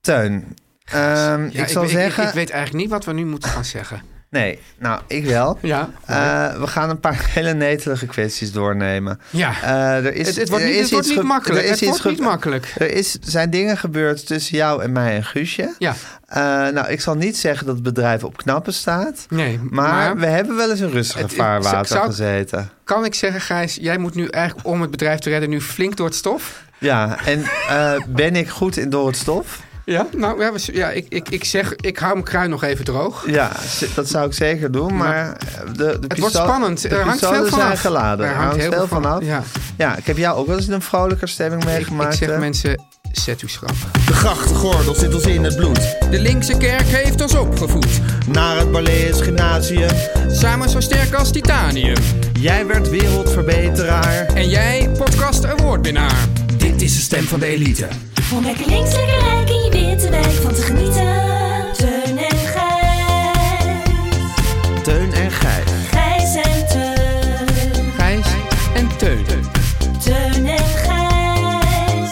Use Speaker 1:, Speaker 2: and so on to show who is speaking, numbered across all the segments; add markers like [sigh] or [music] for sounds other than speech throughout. Speaker 1: Teun, ehm,
Speaker 2: Ja,
Speaker 1: ik zal zeggen...
Speaker 2: Ik, weet eigenlijk niet wat we nu moeten gaan zeggen.
Speaker 1: Nee, nou, ik wel.
Speaker 2: Ja.
Speaker 1: Eh, we gaan een paar [laughs] hele netelige kwesties doornemen.
Speaker 2: Ja.
Speaker 1: Eh, er is,
Speaker 2: Het- het wordt
Speaker 1: er
Speaker 2: niet-
Speaker 1: is
Speaker 2: het wordt
Speaker 1: iets
Speaker 2: niet
Speaker 1: ge-
Speaker 2: makkelijk.
Speaker 1: er is
Speaker 2: Het
Speaker 1: iets
Speaker 2: wordt
Speaker 1: ge-
Speaker 2: niet makkelijk.
Speaker 1: Er is, zijn dingen gebeurd tussen jou en mij en Guusje.
Speaker 2: Ja.
Speaker 1: Eh, nou, ik zal niet zeggen dat het bedrijf op knappen staat.
Speaker 2: Nee,
Speaker 1: Maar,
Speaker 2: maar-
Speaker 1: we hebben wel eens in rustig
Speaker 2: Het- het-
Speaker 1: vaarwater
Speaker 2: zou-
Speaker 1: gezeten.
Speaker 2: Kan ik zeggen, Gijs, jij moet nu eigenlijk om het bedrijf te redden nu flink door het stof?
Speaker 1: Ja, en eh, ben ik goed in door het stof?
Speaker 2: Ja, nou ja, we- ja ik, ik, ik zeg, ik hou mijn kruin nog even droog.
Speaker 1: Ja, z- dat zou ik zeker doen. Maar eh, de, de
Speaker 2: Het wordt spannend.
Speaker 1: De
Speaker 2: Er hangt
Speaker 1: pistolen
Speaker 2: veel van
Speaker 1: zijn
Speaker 2: af.
Speaker 1: geladen. Er hangt, heel veel van af.
Speaker 2: Ja.
Speaker 1: Ja, ik heb jou ook wel eens in een vrolijker stemming
Speaker 2: Ik, ik
Speaker 1: meegemaakt.
Speaker 2: zeg
Speaker 1: hè?
Speaker 2: mensen, zet uw schrap.
Speaker 3: De grachtengordel zit ons in het bloed.
Speaker 2: De linkse kerk heeft ons opgevoed.
Speaker 3: Naar het Barlees Gymnasium.
Speaker 2: Samen zo sterk als titanium.
Speaker 3: Jij werd wereldverbeteraar.
Speaker 2: En jij, podcast awardwinnaar.
Speaker 3: Dit is de stem van de elite.
Speaker 4: Om lekker links, lekker rijk in je witte wijk van te genieten. Teun en Gijs.
Speaker 1: Teun en Gijs.
Speaker 4: Gijs en Teun.
Speaker 2: Gijs en Teun.
Speaker 4: Teun en Gijs.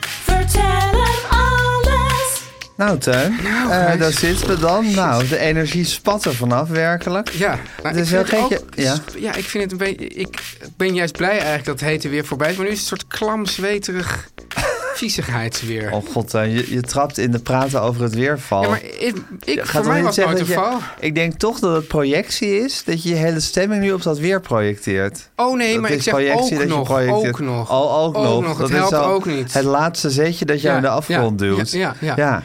Speaker 4: Vertel hem alles.
Speaker 1: Nou, Teun, eh,
Speaker 2: Gijs.
Speaker 1: daar zitten we dan. Nou, de energie spat er vanaf, werkelijk.
Speaker 2: Ja,
Speaker 1: Het
Speaker 2: maar
Speaker 1: is
Speaker 2: ik vind
Speaker 1: heel
Speaker 2: het
Speaker 1: gek,
Speaker 2: ook-
Speaker 1: ja.
Speaker 2: ja, ik vind het een beetje. Ik ben juist blij eigenlijk dat het hete weer voorbij is. Maar nu is het een soort
Speaker 1: [laughs]
Speaker 2: klam, zweterig viezigheid weer.
Speaker 1: Oh god, Teun, je, je trapt in de praten over het weerval.
Speaker 2: Ja, maar ik, ik-
Speaker 1: Je gaat
Speaker 2: voor
Speaker 1: toch
Speaker 2: mij
Speaker 1: niet
Speaker 2: was het
Speaker 1: zeggen
Speaker 2: nooit een
Speaker 1: dat je-
Speaker 2: val.
Speaker 1: Ik denk toch dat het projectie is, dat je je hele stemming nu op dat weer projecteert.
Speaker 2: Oh nee,
Speaker 1: Dat
Speaker 2: maar
Speaker 1: is
Speaker 2: ik zeg
Speaker 1: projectie
Speaker 2: ook
Speaker 1: dat je
Speaker 2: nog,
Speaker 1: projecteert.
Speaker 2: ook nog.
Speaker 1: Oh, ook, nog.
Speaker 2: Het
Speaker 1: is
Speaker 2: helpt
Speaker 1: al
Speaker 2: ook niet.
Speaker 1: Het laatste zetje dat jou
Speaker 2: Ja,
Speaker 1: in de afgrond
Speaker 2: ja,
Speaker 1: duwt.
Speaker 2: ja, ja, ja.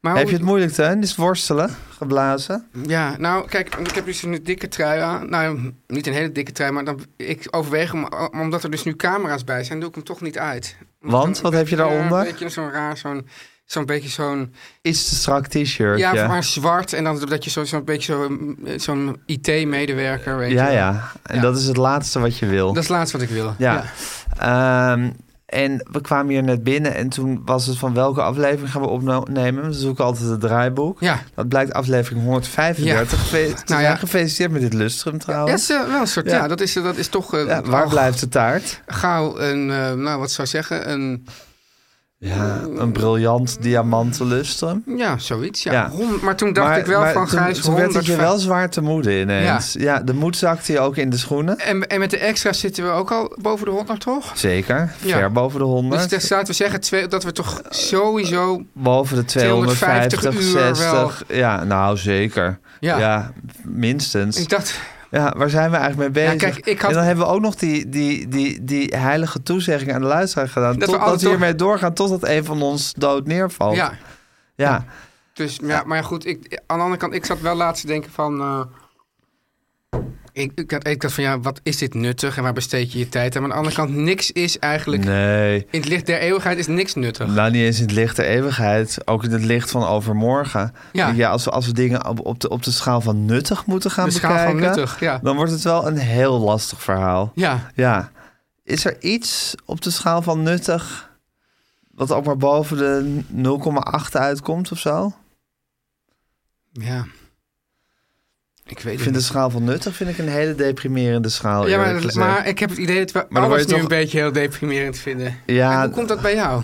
Speaker 2: maar
Speaker 1: Heb
Speaker 2: hoe-
Speaker 1: je het moeilijk, Teun? Is worstelen, geblazen?
Speaker 2: Ja, nou kijk, ik heb dus een dikke trui aan. Nou, niet een hele dikke trui, maar dan, ik overweeg hem, o- omdat er dus nu camera's bij zijn, doe ik hem toch niet uit. Omdat
Speaker 1: Want?
Speaker 2: dan-
Speaker 1: Wat heb je
Speaker 2: Ja,
Speaker 1: daaronder?
Speaker 2: Mm, Een beetje zo'n raar, zo'n zo'n beetje zo'n...
Speaker 1: Is te strak t-shirt.
Speaker 2: Ja,
Speaker 1: ja.
Speaker 2: maar zwart en dan dat je zo- zo'n beetje zo'n zo'n IT-medewerker, weet
Speaker 1: Ja,
Speaker 2: je wel.
Speaker 1: ja. En
Speaker 2: Ja.
Speaker 1: dat is het laatste wat je wil.
Speaker 2: Dat is het laatste wat ik wil.
Speaker 1: Ja. Ehm, en we kwamen hier net binnen en toen was het van welke aflevering gaan we opnemen? We zoeken altijd het draaiboek.
Speaker 2: Ja.
Speaker 1: Dat blijkt aflevering 135.
Speaker 2: Ja.
Speaker 1: Gefe- te
Speaker 2: Nou ja.
Speaker 1: zijn. Gefeliciteerd met dit lustrum
Speaker 2: Ja,
Speaker 1: trouwens.
Speaker 2: dat is eh, wel een soort, ja.
Speaker 1: Ja.
Speaker 2: dat is, dat is toch eh,
Speaker 1: Ja, waar
Speaker 2: al
Speaker 1: blijft de taart?
Speaker 2: gauw een, eh, nou wat zou ik zeggen, een,
Speaker 1: Ja, Eh, een briljant diamanten lustrum.
Speaker 2: ja, zoiets. Ja.
Speaker 1: Ja.
Speaker 2: Hond- maar toen dacht ik wel van
Speaker 1: toen,
Speaker 2: Gijs,
Speaker 1: toen werd het je
Speaker 2: 105
Speaker 1: wel zwaar te moede ineens. Ja. de moed zakte je ook in de schoenen.
Speaker 2: En, en met de extra's zitten we ook al boven de 100, toch?
Speaker 1: Zeker,
Speaker 2: Ja.
Speaker 1: ver boven de 100.
Speaker 2: Dus daar zaten we zeggen twee- dat we toch sowieso...
Speaker 1: Boven de 250,
Speaker 2: 250 uur
Speaker 1: 60. Ja, nou zeker.
Speaker 2: Ja.
Speaker 1: Ja, minstens.
Speaker 2: Ik dacht,
Speaker 1: Ja, waar zijn we eigenlijk mee
Speaker 2: Ja,
Speaker 1: bezig?
Speaker 2: kijk, ik had-
Speaker 1: En dan hebben we ook nog die, die, die, die heilige toezegging aan de luisteraar gedaan.
Speaker 2: we
Speaker 1: totdat
Speaker 2: alles
Speaker 1: we
Speaker 2: door-
Speaker 1: hiermee doorgaan, totdat een van ons dood neervalt.
Speaker 2: ja.
Speaker 1: ja.
Speaker 2: Dus, ja, maar ja, goed, ik, aan de andere kant, ik zat wel laatst te denken van... eh, ik, ik, had, ik dacht van, ja, wat is dit nuttig en waar besteed je je tijd aan? Maar aan de andere kant, niks is eigenlijk...
Speaker 1: Nee,
Speaker 2: In het licht der eeuwigheid is niks nuttig.
Speaker 1: nou niet eens in het licht der eeuwigheid. Ook in het licht van overmorgen.
Speaker 2: Ja.
Speaker 1: Ik, ja als, we, als we dingen op, op, de, op de schaal van nuttig moeten gaan
Speaker 2: De schaal
Speaker 1: bekijken...
Speaker 2: van nuttig, ja.
Speaker 1: dan wordt het wel een heel lastig verhaal.
Speaker 2: Ja,
Speaker 1: Ja. Is er iets op de schaal van nuttig wat ook maar boven de 0,8 uitkomt of zo?
Speaker 2: ja. Ik weet
Speaker 1: Ik
Speaker 2: het
Speaker 1: vind de
Speaker 2: niet.
Speaker 1: schaal van nuttig vind ik een hele deprimerende schaal.
Speaker 2: Ja,
Speaker 1: eerlijk
Speaker 2: maar,
Speaker 1: gezegd.
Speaker 2: maar ik heb het idee dat we
Speaker 1: dan word
Speaker 2: alles
Speaker 1: je
Speaker 2: nu
Speaker 1: toch-
Speaker 2: een beetje heel deprimerend vinden.
Speaker 1: Ja,
Speaker 2: En hoe komt dat bij jou?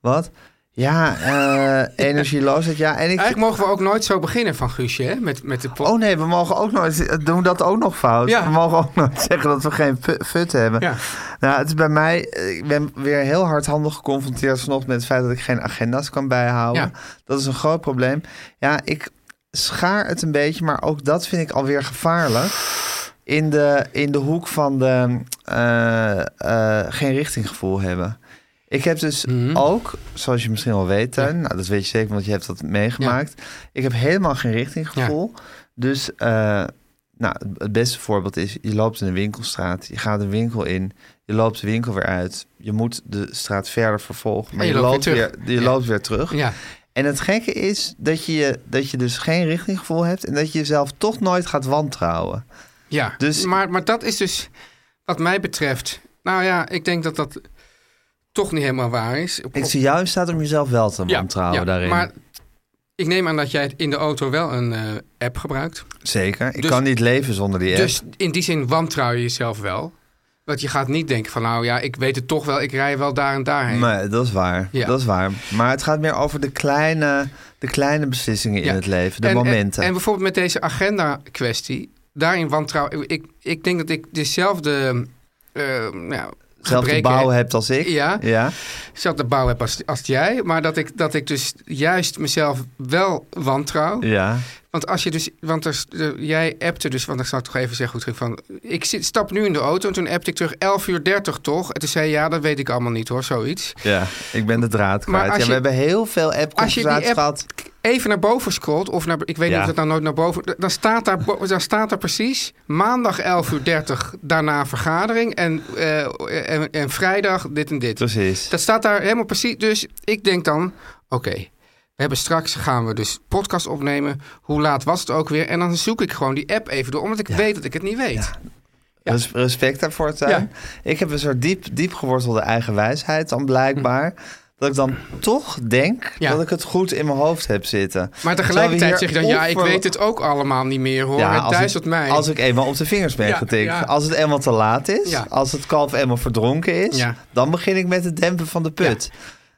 Speaker 1: wat? Ja,
Speaker 2: [laughs]
Speaker 1: eh energieloosheid. Ja, en ik...
Speaker 2: Eigenlijk mogen we ook nooit zo beginnen van Guusje, hè? Met, met de pot.
Speaker 1: Oh nee, we mogen ook nooit... Doen we dat ook nog fout?
Speaker 2: Ja.
Speaker 1: We mogen ook nooit [laughs] zeggen dat we geen pu- fut hebben.
Speaker 2: Ja.
Speaker 1: Nou, het is bij mij... Ik ben weer heel hardhandig geconfronteerd vanochtend... met het feit dat ik geen agenda's kan bijhouden.
Speaker 2: Ja.
Speaker 1: Dat is een groot probleem. Ja, ik schaar het een beetje, maar ook dat vind ik alweer gevaarlijk. In de, in de hoek van de eh, eh, geen richtinggevoel hebben. Ik heb dus ook, zoals je misschien al weet, Tuin, nou, dat weet je zeker, want je hebt dat meegemaakt. Ik heb helemaal geen richtinggevoel. Dus eh, nou, het beste voorbeeld is, je loopt in een winkelstraat, je gaat een winkel in, je loopt de winkel weer uit, je moet de straat verder vervolgen, maar
Speaker 2: En
Speaker 1: je,
Speaker 2: je loopt
Speaker 1: loopt,
Speaker 2: weer
Speaker 1: weer,
Speaker 2: terug.
Speaker 1: je
Speaker 2: Ja.
Speaker 1: loopt weer terug.
Speaker 2: Ja.
Speaker 1: En het gekke is dat je, je- dat je dus geen richtinggevoel hebt en dat je jezelf toch nooit gaat wantrouwen.
Speaker 2: Ja,
Speaker 1: Dus-
Speaker 2: maar, maar dat is dus wat mij betreft. Nou ja, ik denk dat dat toch niet helemaal waar is. Op-
Speaker 1: Ik zie jou in staat om jezelf wel te
Speaker 2: Ja,
Speaker 1: wantrouwen
Speaker 2: ja,
Speaker 1: daarin.
Speaker 2: Maar ik neem aan dat jij in de auto wel een eh, app gebruikt.
Speaker 1: Zeker. Ik
Speaker 2: Dus-
Speaker 1: kan niet leven zonder die app.
Speaker 2: Dus in die zin wantrouw je jezelf wel. Want je gaat niet denken van nou ja, ik weet het toch wel, ik rij wel daar en daarheen.
Speaker 1: Nee, dat is waar.
Speaker 2: Ja.
Speaker 1: Dat is waar. Maar het gaat meer over de kleine, de kleine beslissingen
Speaker 2: Ja.
Speaker 1: in het leven, de
Speaker 2: en, en-
Speaker 1: momenten.
Speaker 2: En, bijvoorbeeld met deze agenda-kwestie, daarin wantrouw ik. Ik denk dat ik dezelfde. eh nou,
Speaker 1: Zelfde
Speaker 2: gebreken
Speaker 1: bouw
Speaker 2: heb-
Speaker 1: hebt als ik.
Speaker 2: Ja.
Speaker 1: ja.
Speaker 2: dezelfde bouw heb als, als jij. Maar dat ik, dat ik dus juist mezelf wel wantrouw.
Speaker 1: Ja.
Speaker 2: Want als je dus, want er, de- jij appte dus, want ik zal het toch even zeggen hoe het ging van. Ik zit, stap nu in de auto en toen appte ik terug 11 uur 30 toch? En toen zei je, ja, dat weet ik allemaal niet hoor, zoiets.
Speaker 1: Ja. Ik ben de draad
Speaker 2: Maar
Speaker 1: kwijt. Ja,
Speaker 2: als
Speaker 1: we
Speaker 2: je-
Speaker 1: hebben heel veel
Speaker 2: Als je die
Speaker 1: app-conversaties
Speaker 2: app
Speaker 1: gehad.
Speaker 2: even naar boven scrolt, of naar, ik weet
Speaker 1: Ja.
Speaker 2: niet of het nou nooit naar boven, dan staat daar, bo- dan staat daar precies maandag 11 uur 30, daarna vergadering en, eh, en, en vrijdag dit en dit.
Speaker 1: Precies.
Speaker 2: Dat staat daar helemaal precies. Dus ik denk dan, oké, we hebben straks gaan we dus podcast opnemen. Hoe laat was het ook weer? En dan zoek ik gewoon die app even door, omdat ik weet dat ik het niet weet.
Speaker 1: Res- Respect daarvoor, Tuin.
Speaker 2: Ja.
Speaker 1: Ik heb een soort diep, diep gewortelde eigen wijsheid dan blijkbaar. Dat ik dan toch denk
Speaker 2: Hm. Ja.
Speaker 1: dat ik het goed in mijn hoofd heb zitten.
Speaker 2: Maar
Speaker 1: Terwijl we
Speaker 2: tegelijkertijd
Speaker 1: hier
Speaker 2: zeg je dan, ja, ik
Speaker 1: onver-
Speaker 2: weet het ook allemaal niet meer hoor. het
Speaker 1: als
Speaker 2: duizelt
Speaker 1: ik,
Speaker 2: mij.
Speaker 1: Als ik eenmaal op de vingers ben
Speaker 2: Ja,
Speaker 1: getikt.
Speaker 2: ja.
Speaker 1: Als het eenmaal te laat is.
Speaker 2: Ja.
Speaker 1: Als het kalf eenmaal verdronken is.
Speaker 2: Ja.
Speaker 1: Dan begin ik met het dempen van de put.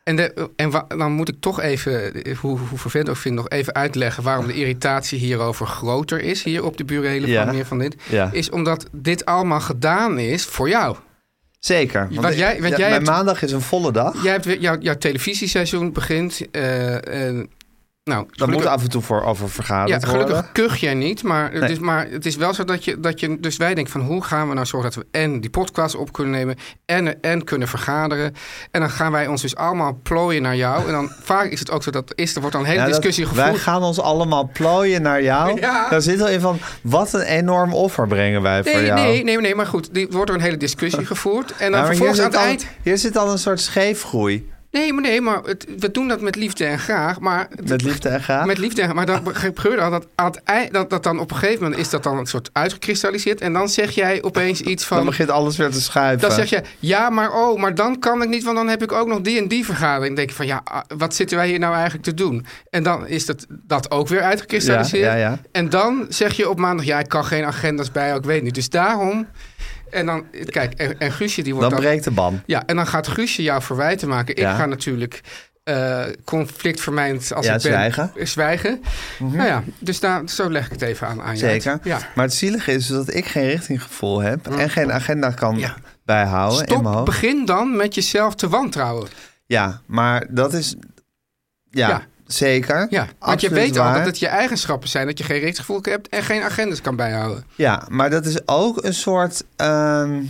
Speaker 2: En, de, en wa- dan moet ik toch even, eh, hoe, hoe vervelend ook vind, nog even uitleggen waarom de irritatie hierover groter is. Hier op de burelen
Speaker 1: Ja.
Speaker 2: van meer van dit.
Speaker 1: Ja.
Speaker 2: Is omdat dit allemaal gedaan is voor jou.
Speaker 1: Zeker.
Speaker 2: Want jij- want jij
Speaker 1: mijn
Speaker 2: hebt-
Speaker 1: maandag is een volle dag.
Speaker 2: Jij hebt weer, jouw, jouw televisieseizoen begint. eh, en, nou,
Speaker 1: Daar moet
Speaker 2: gelukkig-
Speaker 1: af en toe voor over vergaderd
Speaker 2: Ja, gelukkig
Speaker 1: worden.
Speaker 2: kuch jij niet, maar, het
Speaker 1: Nee.
Speaker 2: is, maar het is wel zo dat je, dat je... Dus wij denken van hoe gaan we nou zorgen dat we en die podcast op kunnen nemen... en, en kunnen vergaderen. En dan gaan wij ons dus allemaal plooien naar jou. En
Speaker 1: [laughs]
Speaker 2: dan vaak is het ook zo dat is, er wordt dan een hele
Speaker 1: Ja, dat-
Speaker 2: discussie
Speaker 1: wij
Speaker 2: gevoerd.
Speaker 1: gaan ons allemaal plooien naar jou.
Speaker 2: Ja.
Speaker 1: Daar zit al in van, wat een enorm offer brengen wij voor
Speaker 2: Nee,
Speaker 1: jou.
Speaker 2: nee, nee, nee, maar goed. Die wordt er een hele
Speaker 1: [laughs]
Speaker 2: discussie gevoerd. En dan
Speaker 1: Ja, maar hier,
Speaker 2: vervolgens aan
Speaker 1: zit
Speaker 2: het
Speaker 1: al,
Speaker 2: eind...
Speaker 1: hier zit al een soort scheefgroei
Speaker 2: Nee, maar, nee, maar het- we doen dat met liefde en graag. Maar
Speaker 1: met liefde en graag.
Speaker 2: Met liefde. Maar dat gebeurde al dat, aan het ei- dat, dat dan op een gegeven moment is dat dan een soort uitgekristalliseerd. En dan zeg jij opeens iets van.
Speaker 1: Dan begint alles weer te schuiven.
Speaker 2: Dan zeg je, ja, maar oh, maar dan kan ik niet, want dan heb ik ook nog die en die vergadering. Dan denk je van, ja, ah, wat zitten wij hier nou eigenlijk te doen? En dan is dat, dat ook weer uitgekristalliseerd.
Speaker 1: Ja, ja, ja.
Speaker 2: En dan zeg je op maandag, ja, ik kan geen agendas bij, ik weet niet. Dus daarom, en dan, kijk, en, en Guusje die wordt
Speaker 1: Dan breekt de ban.
Speaker 2: ja, en dan gaat Guusje jou verwijten maken. Ik
Speaker 1: Ja.
Speaker 2: ga natuurlijk eh conflict vermijdend als
Speaker 1: Ja,
Speaker 2: ik ben.
Speaker 1: zwijgen. Mhm.
Speaker 2: eh, zwijgen. Nou ja, dus daar, zo leg ik het even aan, aan jou.
Speaker 1: Zeker.
Speaker 2: Ja. Mm.
Speaker 1: Maar het zielige is dus dat ik geen richtinggevoel heb en geen agenda kan
Speaker 2: Ja.
Speaker 1: bijhouden in mijn
Speaker 2: Stop,
Speaker 1: hoofd.
Speaker 2: begin dan met jezelf te wantrouwen.
Speaker 1: Ja, maar dat is. Ja,
Speaker 2: Ja.
Speaker 1: zeker.
Speaker 2: Ja, want je
Speaker 1: Absoluut
Speaker 2: weet
Speaker 1: waar.
Speaker 2: al dat het je eigenschappen zijn. Dat je geen richtgevoel hebt en geen agendas kan bijhouden.
Speaker 1: Ja, maar dat is ook een soort. ehm,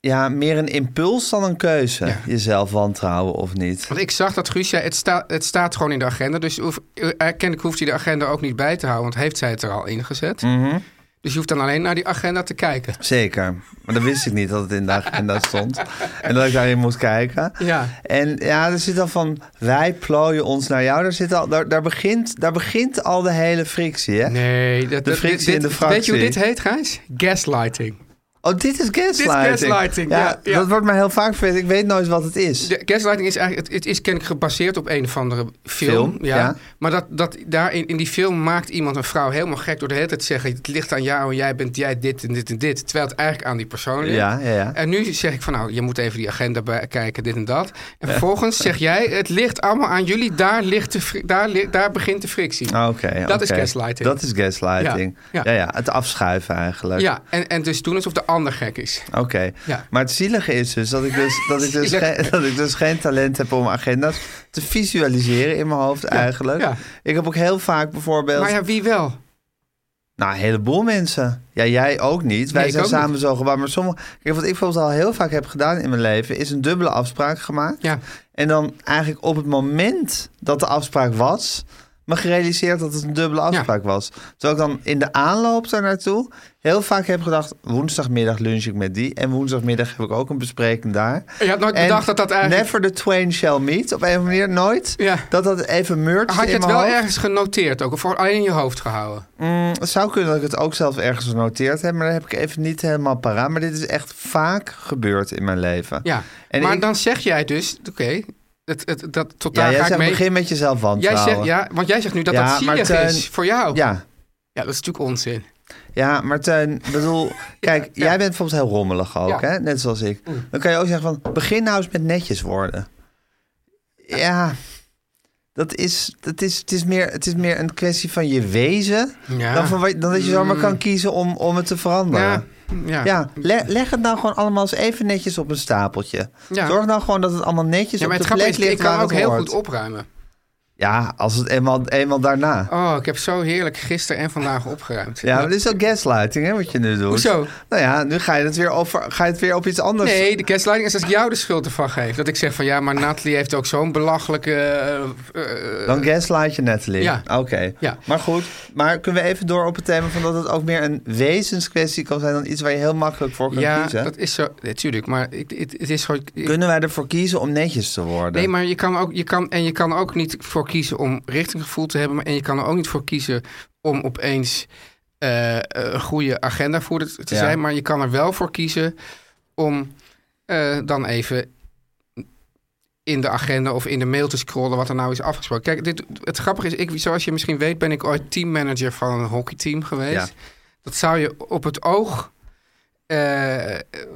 Speaker 1: ja, meer een impuls dan een keuze.
Speaker 2: Ja.
Speaker 1: Jezelf wantrouwen of niet.
Speaker 2: Want ik zag dat Guus zei, het, sta- het staat gewoon in de agenda. Dus hoef, eh, kennelijk hoeft hij de agenda ook niet bij te houden. Want heeft zij het er al ingezet.
Speaker 1: Mhm.
Speaker 2: Dus je hoeft dan alleen naar die agenda te kijken.
Speaker 1: Zeker. Maar dan wist ik niet dat het in de agenda stond. En dat ik daarin moest kijken.
Speaker 2: Ja.
Speaker 1: En ja, er zit al van wij plooien ons naar jou. Daar, zit al, daar, daar, begint, daar begint al de hele frictie. Hè?
Speaker 2: Nee, dat,
Speaker 1: De
Speaker 2: dat-
Speaker 1: frictie
Speaker 2: dit-
Speaker 1: in de
Speaker 2: Weet je hoe dit
Speaker 1: fractie.
Speaker 2: heet, Gijs? Gaslighting.
Speaker 1: Oh, dit is gaslighting.
Speaker 2: gaslighting, ja, ja.
Speaker 1: Dat wordt mij heel vaak verweten. Ik weet nooit wat het is.
Speaker 2: De gaslighting is eigenlijk, het, het is kennelijk gebaseerd op een of andere film.
Speaker 1: Film,
Speaker 2: ja.
Speaker 1: ja.
Speaker 2: Maar dat, dat daarin, in die film maakt iemand een vrouw helemaal gek door de hele tijd te zeggen: Het ligt aan jou en jij bent jij dit en dit en dit. Terwijl het eigenlijk aan die persoon ligt.
Speaker 1: Ja, ja, ja.
Speaker 2: En nu zeg ik van nou, je moet even die agenda bekijken, dit en dat. En vervolgens zeg jij: Het ligt allemaal aan jullie, daar, ligt de, fri- daar, li- daar begint de frictie.
Speaker 1: Oké,
Speaker 2: Dat is
Speaker 1: oké.
Speaker 2: gaslighting.
Speaker 1: Dat is gaslighting. Ja,
Speaker 2: Ja,
Speaker 1: ja.
Speaker 2: ja.
Speaker 1: het afschuiven eigenlijk.
Speaker 2: Ja, en, en dus doen alsof de ander gek is.
Speaker 1: Oké,
Speaker 2: Ja.
Speaker 1: maar het zielige is dus dat ik dus, dat ik dus,
Speaker 2: Zielig.
Speaker 1: geen, dat ik dus geen talent heb om agenda's te visualiseren in mijn hoofd eigenlijk.
Speaker 2: ja.
Speaker 1: Ik heb ook heel vaak bijvoorbeeld,
Speaker 2: Maar ja, wie wel?
Speaker 1: nou een heleboel mensen. Ja, jij ook niet. Wij
Speaker 2: ik
Speaker 1: zijn
Speaker 2: ook
Speaker 1: samen
Speaker 2: niet.
Speaker 1: zo gebouwd. Maar sommige, kijk, wat ik bijvoorbeeld al heel vaak heb gedaan in mijn leven, is een dubbele afspraak gemaakt.
Speaker 2: Ja.
Speaker 1: En dan eigenlijk op het moment dat de afspraak was, me gerealiseerd dat het een dubbele afspraak was. Terwijl ik dan in de aanloop daar naartoe heel vaak heb gedacht: woensdagmiddag lunch ik met die. En woensdagmiddag heb ik ook een bespreking daar.
Speaker 2: Je had nooit bedacht dat dat eigenlijk-
Speaker 1: Never the twain shall meet. Op een of andere manier nooit.
Speaker 2: Ja.
Speaker 1: Dat dat even merged
Speaker 2: Had je
Speaker 1: in
Speaker 2: het
Speaker 1: mijn
Speaker 2: wel
Speaker 1: hoofd.
Speaker 2: ergens genoteerd ook? Of voor- alleen in je
Speaker 1: [laughs]
Speaker 2: hoofd gehouden?
Speaker 1: Het zou kunnen dat ik het ook zelf ergens genoteerd heb, maar dat heb ik even niet helemaal paraat. Maar dit is echt vaak gebeurd in mijn leven.
Speaker 2: Ja.
Speaker 1: En
Speaker 2: maar
Speaker 1: ik-
Speaker 2: dan zeg jij dus, oké, het, het, dat, tot
Speaker 1: Ja,
Speaker 2: daar
Speaker 1: jij
Speaker 2: ga ik
Speaker 1: zegt
Speaker 2: mee.
Speaker 1: begin met jezelf
Speaker 2: jij
Speaker 1: wantrouwen.
Speaker 2: zegt, ja, want jij zegt nu dat
Speaker 1: Ja,
Speaker 2: dat zielig
Speaker 1: maar Teun-
Speaker 2: is voor jou.
Speaker 1: ja,
Speaker 2: Ja, dat is natuurlijk onzin.
Speaker 1: Ja, maar Teun, ik bedoel, kijk,
Speaker 2: [laughs] ja.
Speaker 1: jij bent bijvoorbeeld heel rommelig ook,
Speaker 2: Ja. Mm.
Speaker 1: hè? net zoals ik. Dan kan je ook zeggen van, begin nou eens met netjes worden. Ja, dat is, dat is, het, is meer, het is meer een kwestie van je wezen
Speaker 2: Ja. Mm.
Speaker 1: dan, van wat, dan dat je zomaar kan kiezen om, om het te veranderen.
Speaker 2: Ja,
Speaker 1: Ja. dus
Speaker 2: ja.
Speaker 1: le- leg het nou gewoon allemaal eens even netjes op een stapeltje.
Speaker 2: Ja.
Speaker 1: Zorg nou gewoon dat het allemaal netjes
Speaker 2: Ja, maar
Speaker 1: op
Speaker 2: het
Speaker 1: de
Speaker 2: grappige
Speaker 1: plek
Speaker 2: is,
Speaker 1: ligt
Speaker 2: ik kan
Speaker 1: waar
Speaker 2: ook
Speaker 1: het
Speaker 2: heel
Speaker 1: hoort.
Speaker 2: goed opruimen.
Speaker 1: Ja, als het eenmaal, eenmaal daarna.
Speaker 2: Oh, ik heb zo heerlijk gisteren en vandaag opgeruimd.
Speaker 1: Ja, maar dit is ook gaslighting, hè, wat je nu doet.
Speaker 2: Hoezo?
Speaker 1: Nou ja, nu ga je het weer, over, ga je het weer op iets anders.
Speaker 2: Nee, de gaslighting is dat ik jou de schuld ervan geef. Dat ik zeg van ja, maar Natalie heeft ook zo'n belachelijke. eh, eh,
Speaker 1: Dan gaslight je Natalie.
Speaker 2: Ja.
Speaker 1: Oké.
Speaker 2: Ja.
Speaker 1: Maar goed, maar kunnen we even door op het thema van dat het ook meer een wezenskwestie kan zijn dan iets waar je heel makkelijk voor kunt
Speaker 2: ja,
Speaker 1: kiezen?
Speaker 2: dat is zo. Natuurlijk, maar ik- het het is gewoon. ik-
Speaker 1: Kunnen wij ervoor kiezen om netjes te worden?
Speaker 2: Nee, maar je kan ook, je kan, en je kan ook niet voor kiezen om richtinggevoel te hebben. Maar, en je kan er ook niet voor kiezen om opeens eh, een goede agendavoerder te- te
Speaker 1: Ja.
Speaker 2: zijn. Maar je kan er wel voor kiezen om eh, dan even in de agenda of in de mail te scrollen wat er nou is afgesproken. Kijk, dit, het grappige is, ik, zoals je misschien weet, ben ik ooit teammanager van een hockeyteam geweest.
Speaker 1: Ja.
Speaker 2: Dat zou je op het oog eh,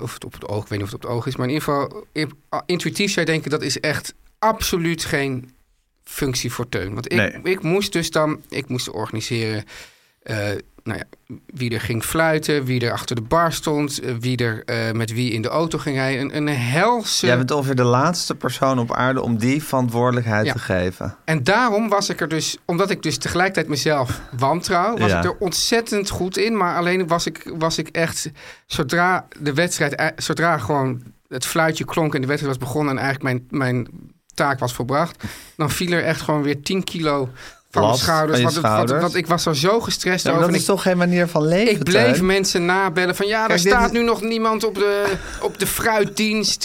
Speaker 2: of het op het oog, ik weet niet of het op het oog is, maar in ieder geval in- ah, intuïtief zou je denken dat is echt absoluut geen functie voor Teun. Want ik,
Speaker 1: Nee.
Speaker 2: ik moest dus dan, ik moest organiseren eh, nou ja, wie er ging fluiten, wie er achter de bar stond, eh, wie er eh, met wie in de auto ging rijden. Een, een helse...
Speaker 1: Jij bent ongeveer de laatste persoon op aarde om die verantwoordelijkheid
Speaker 2: Ja.
Speaker 1: te geven.
Speaker 2: En daarom was ik er dus, omdat ik dus tegelijkertijd
Speaker 1: [laughs]
Speaker 2: mezelf wantrouw, was
Speaker 1: Ja.
Speaker 2: ik er ontzettend goed in. Maar alleen was ik, was ik echt, zodra de wedstrijd, ei- zodra gewoon het fluitje klonk en de wedstrijd was begonnen en eigenlijk mijn, mijn taak was volbracht, dan viel er echt gewoon weer 10 kilo van mijn
Speaker 1: Last
Speaker 2: schouders.
Speaker 1: van je
Speaker 2: Want het- want het-
Speaker 1: schouders?
Speaker 2: want ik was er zo gestrest
Speaker 1: Ja, maar
Speaker 2: over.
Speaker 1: dat
Speaker 2: en
Speaker 1: is
Speaker 2: ik-
Speaker 1: toch geen manier van leven,
Speaker 2: ik bleef
Speaker 1: Teun?
Speaker 2: mensen nabellen van ja,
Speaker 1: Kijk,
Speaker 2: er
Speaker 1: dit
Speaker 2: staat
Speaker 1: is-
Speaker 2: nu nog niemand op de, op de fruitdienst.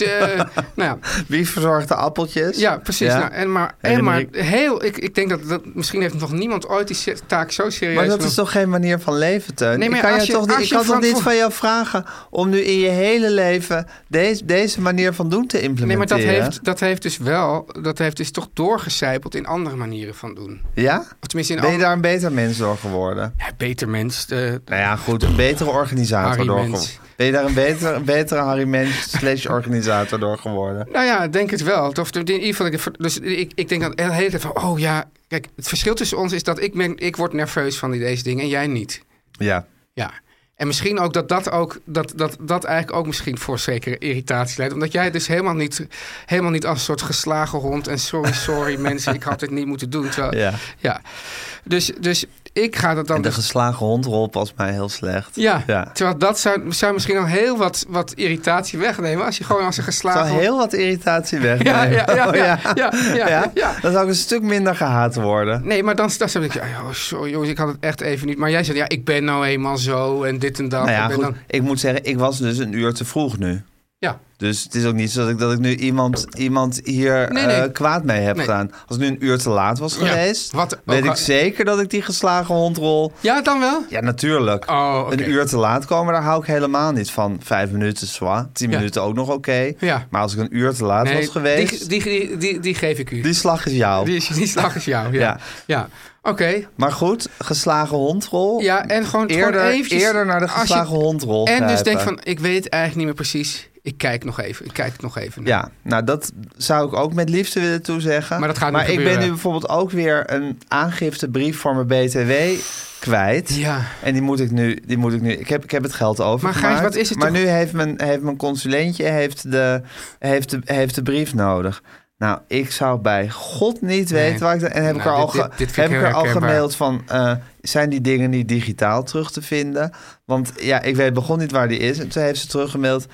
Speaker 1: [laughs]
Speaker 2: eh. nou ja,
Speaker 1: Wie verzorgt de appeltjes?
Speaker 2: ja, precies.
Speaker 1: Ja.
Speaker 2: Nou, en maar,
Speaker 1: En de
Speaker 2: en maar
Speaker 1: Mariek-
Speaker 2: heel, ik, ik denk dat, dat misschien heeft nog niemand ooit die se- taak zo serieus
Speaker 1: Maar dat
Speaker 2: genomen.
Speaker 1: is toch geen manier van leven, Teun?
Speaker 2: Nee, maar
Speaker 1: ik kan,
Speaker 2: als
Speaker 1: je
Speaker 2: je-
Speaker 1: toch niet,
Speaker 2: als
Speaker 1: ik
Speaker 2: je
Speaker 1: kan toch niet
Speaker 2: verantwo-
Speaker 1: van jou vragen om nu in je hele leven deze, deze manier van doen te
Speaker 2: Nee, maar
Speaker 1: implementeren?
Speaker 2: dat heeft, dat heeft dus wel, dat heeft dus toch doorgecijpeld in andere manieren van doen.
Speaker 1: Ja?
Speaker 2: Of tenminste in
Speaker 1: Ben je
Speaker 2: andere...
Speaker 1: daar een beter mens door geworden?
Speaker 2: Ja, beter mens. eh,
Speaker 1: Nou ja, goed, een betere organisator
Speaker 2: Harry
Speaker 1: door
Speaker 2: Mens.
Speaker 1: geworden. Ben je daar een, beter, een betere Harry Mens slash organisator door geworden?
Speaker 2: nou ja, ik denk het wel. Of in ieder geval, ik- dus ik, ik denk dat de hele tijd van, oh ja, kijk, het verschil tussen ons is dat ik, ben, ik word nerveus van die- deze dingen en jij niet.
Speaker 1: Ja.
Speaker 2: Ja. En misschien ook dat dat, ook, dat, dat dat eigenlijk ook misschien voor zekere irritatie leidt. Omdat jij dus helemaal niet, helemaal niet als een soort geslagen hond. En sorry,
Speaker 1: [laughs]
Speaker 2: sorry mensen, ik had dit niet moeten doen. Terwijl-
Speaker 1: Ja.
Speaker 2: ja. Dus, dus ik ga dat dan...
Speaker 1: En de
Speaker 2: dus-
Speaker 1: geslagen hond rolt pas mij heel slecht.
Speaker 2: ja,
Speaker 1: ja.
Speaker 2: terwijl dat zou, zou misschien al heel wat, wat irritatie wegnemen. Als je gewoon als een
Speaker 1: Het
Speaker 2: geslagen
Speaker 1: zou
Speaker 2: hond...
Speaker 1: heel wat irritatie
Speaker 2: Ja,
Speaker 1: wegnemen.
Speaker 2: ja, ja,
Speaker 1: Oh,
Speaker 2: ja, ja, ja, ja. Nou,
Speaker 1: Dan zou ik een stuk minder gehaat worden.
Speaker 2: Nee, maar dan, dan zeg ik, oh, sorry jongens, ik had het echt even niet. Maar jij zegt, ja, ik ben nou eenmaal zo en dit en dat.
Speaker 1: Nou
Speaker 2: Ik
Speaker 1: ja,
Speaker 2: ben
Speaker 1: goed,
Speaker 2: dan-
Speaker 1: ik moet zeggen, ik was dus een uur te vroeg nu.
Speaker 2: Ja.
Speaker 1: Dus het is ook niet zo dat ik, dat ik nu iemand, iemand hier
Speaker 2: Nee, nee.
Speaker 1: eh, kwaad mee heb
Speaker 2: Nee.
Speaker 1: gedaan. Als het nu een uur te laat was
Speaker 2: Ja,
Speaker 1: geweest,
Speaker 2: wat ook
Speaker 1: weet
Speaker 2: al-
Speaker 1: ik zeker dat ik die geslagen hondrol...
Speaker 2: Ja, dan wel?
Speaker 1: Ja, natuurlijk.
Speaker 2: Oh, oké.
Speaker 1: Een uur te laat komen, daar hou ik helemaal niet van. Vijf minuten, zwa. Tien
Speaker 2: Ja.
Speaker 1: minuten ook nog oké.
Speaker 2: Ja.
Speaker 1: Maar als ik een uur te laat was geweest, die,
Speaker 2: Die, die, die, die, die geef ik u. Die,
Speaker 1: slag is jou.
Speaker 2: is, die slag is jou. Ja.
Speaker 1: Oh. Ja.
Speaker 2: ja. Oké.
Speaker 1: Maar goed, geslagen hondrol.
Speaker 2: Ja, en gewoon, gewoon
Speaker 1: eerder,
Speaker 2: eventjes-
Speaker 1: eerder naar de
Speaker 2: als je-
Speaker 1: geslagen hondrol
Speaker 2: En dus
Speaker 1: grijpen.
Speaker 2: denk van, ik weet eigenlijk niet meer precies. Ik kijk nog even. Ik kijk nog even.
Speaker 1: Ja, nou dat zou ik ook met liefde willen toezeggen.
Speaker 2: Maar dat gaat niet
Speaker 1: Maar ik ben
Speaker 2: gebeuren.
Speaker 1: nu bijvoorbeeld ook weer een aangiftebrief voor mijn BTW kwijt.
Speaker 2: Ja.
Speaker 1: En die moet ik nu, die moet ik nu. Ik heb, ik heb het geld over.
Speaker 2: Maar Gijs, wat is het
Speaker 1: Maar
Speaker 2: toch-
Speaker 1: nu heeft mijn, heeft mijn consulentje heeft de, heeft, de, heeft de brief nodig. Nou, ik zou bij God niet
Speaker 2: Nee.
Speaker 1: weten waar ik. de- En heb
Speaker 2: Nou,
Speaker 1: ik er al,
Speaker 2: dit-
Speaker 1: ge-
Speaker 2: dit- dit vind
Speaker 1: heb
Speaker 2: ik
Speaker 1: ik
Speaker 2: heel
Speaker 1: er al
Speaker 2: herkenbaar.
Speaker 1: gemaild van. eh, zijn die dingen niet digitaal terug te vinden? Want ja, ik weet begon niet waar die is. En toen heeft ze teruggemaild.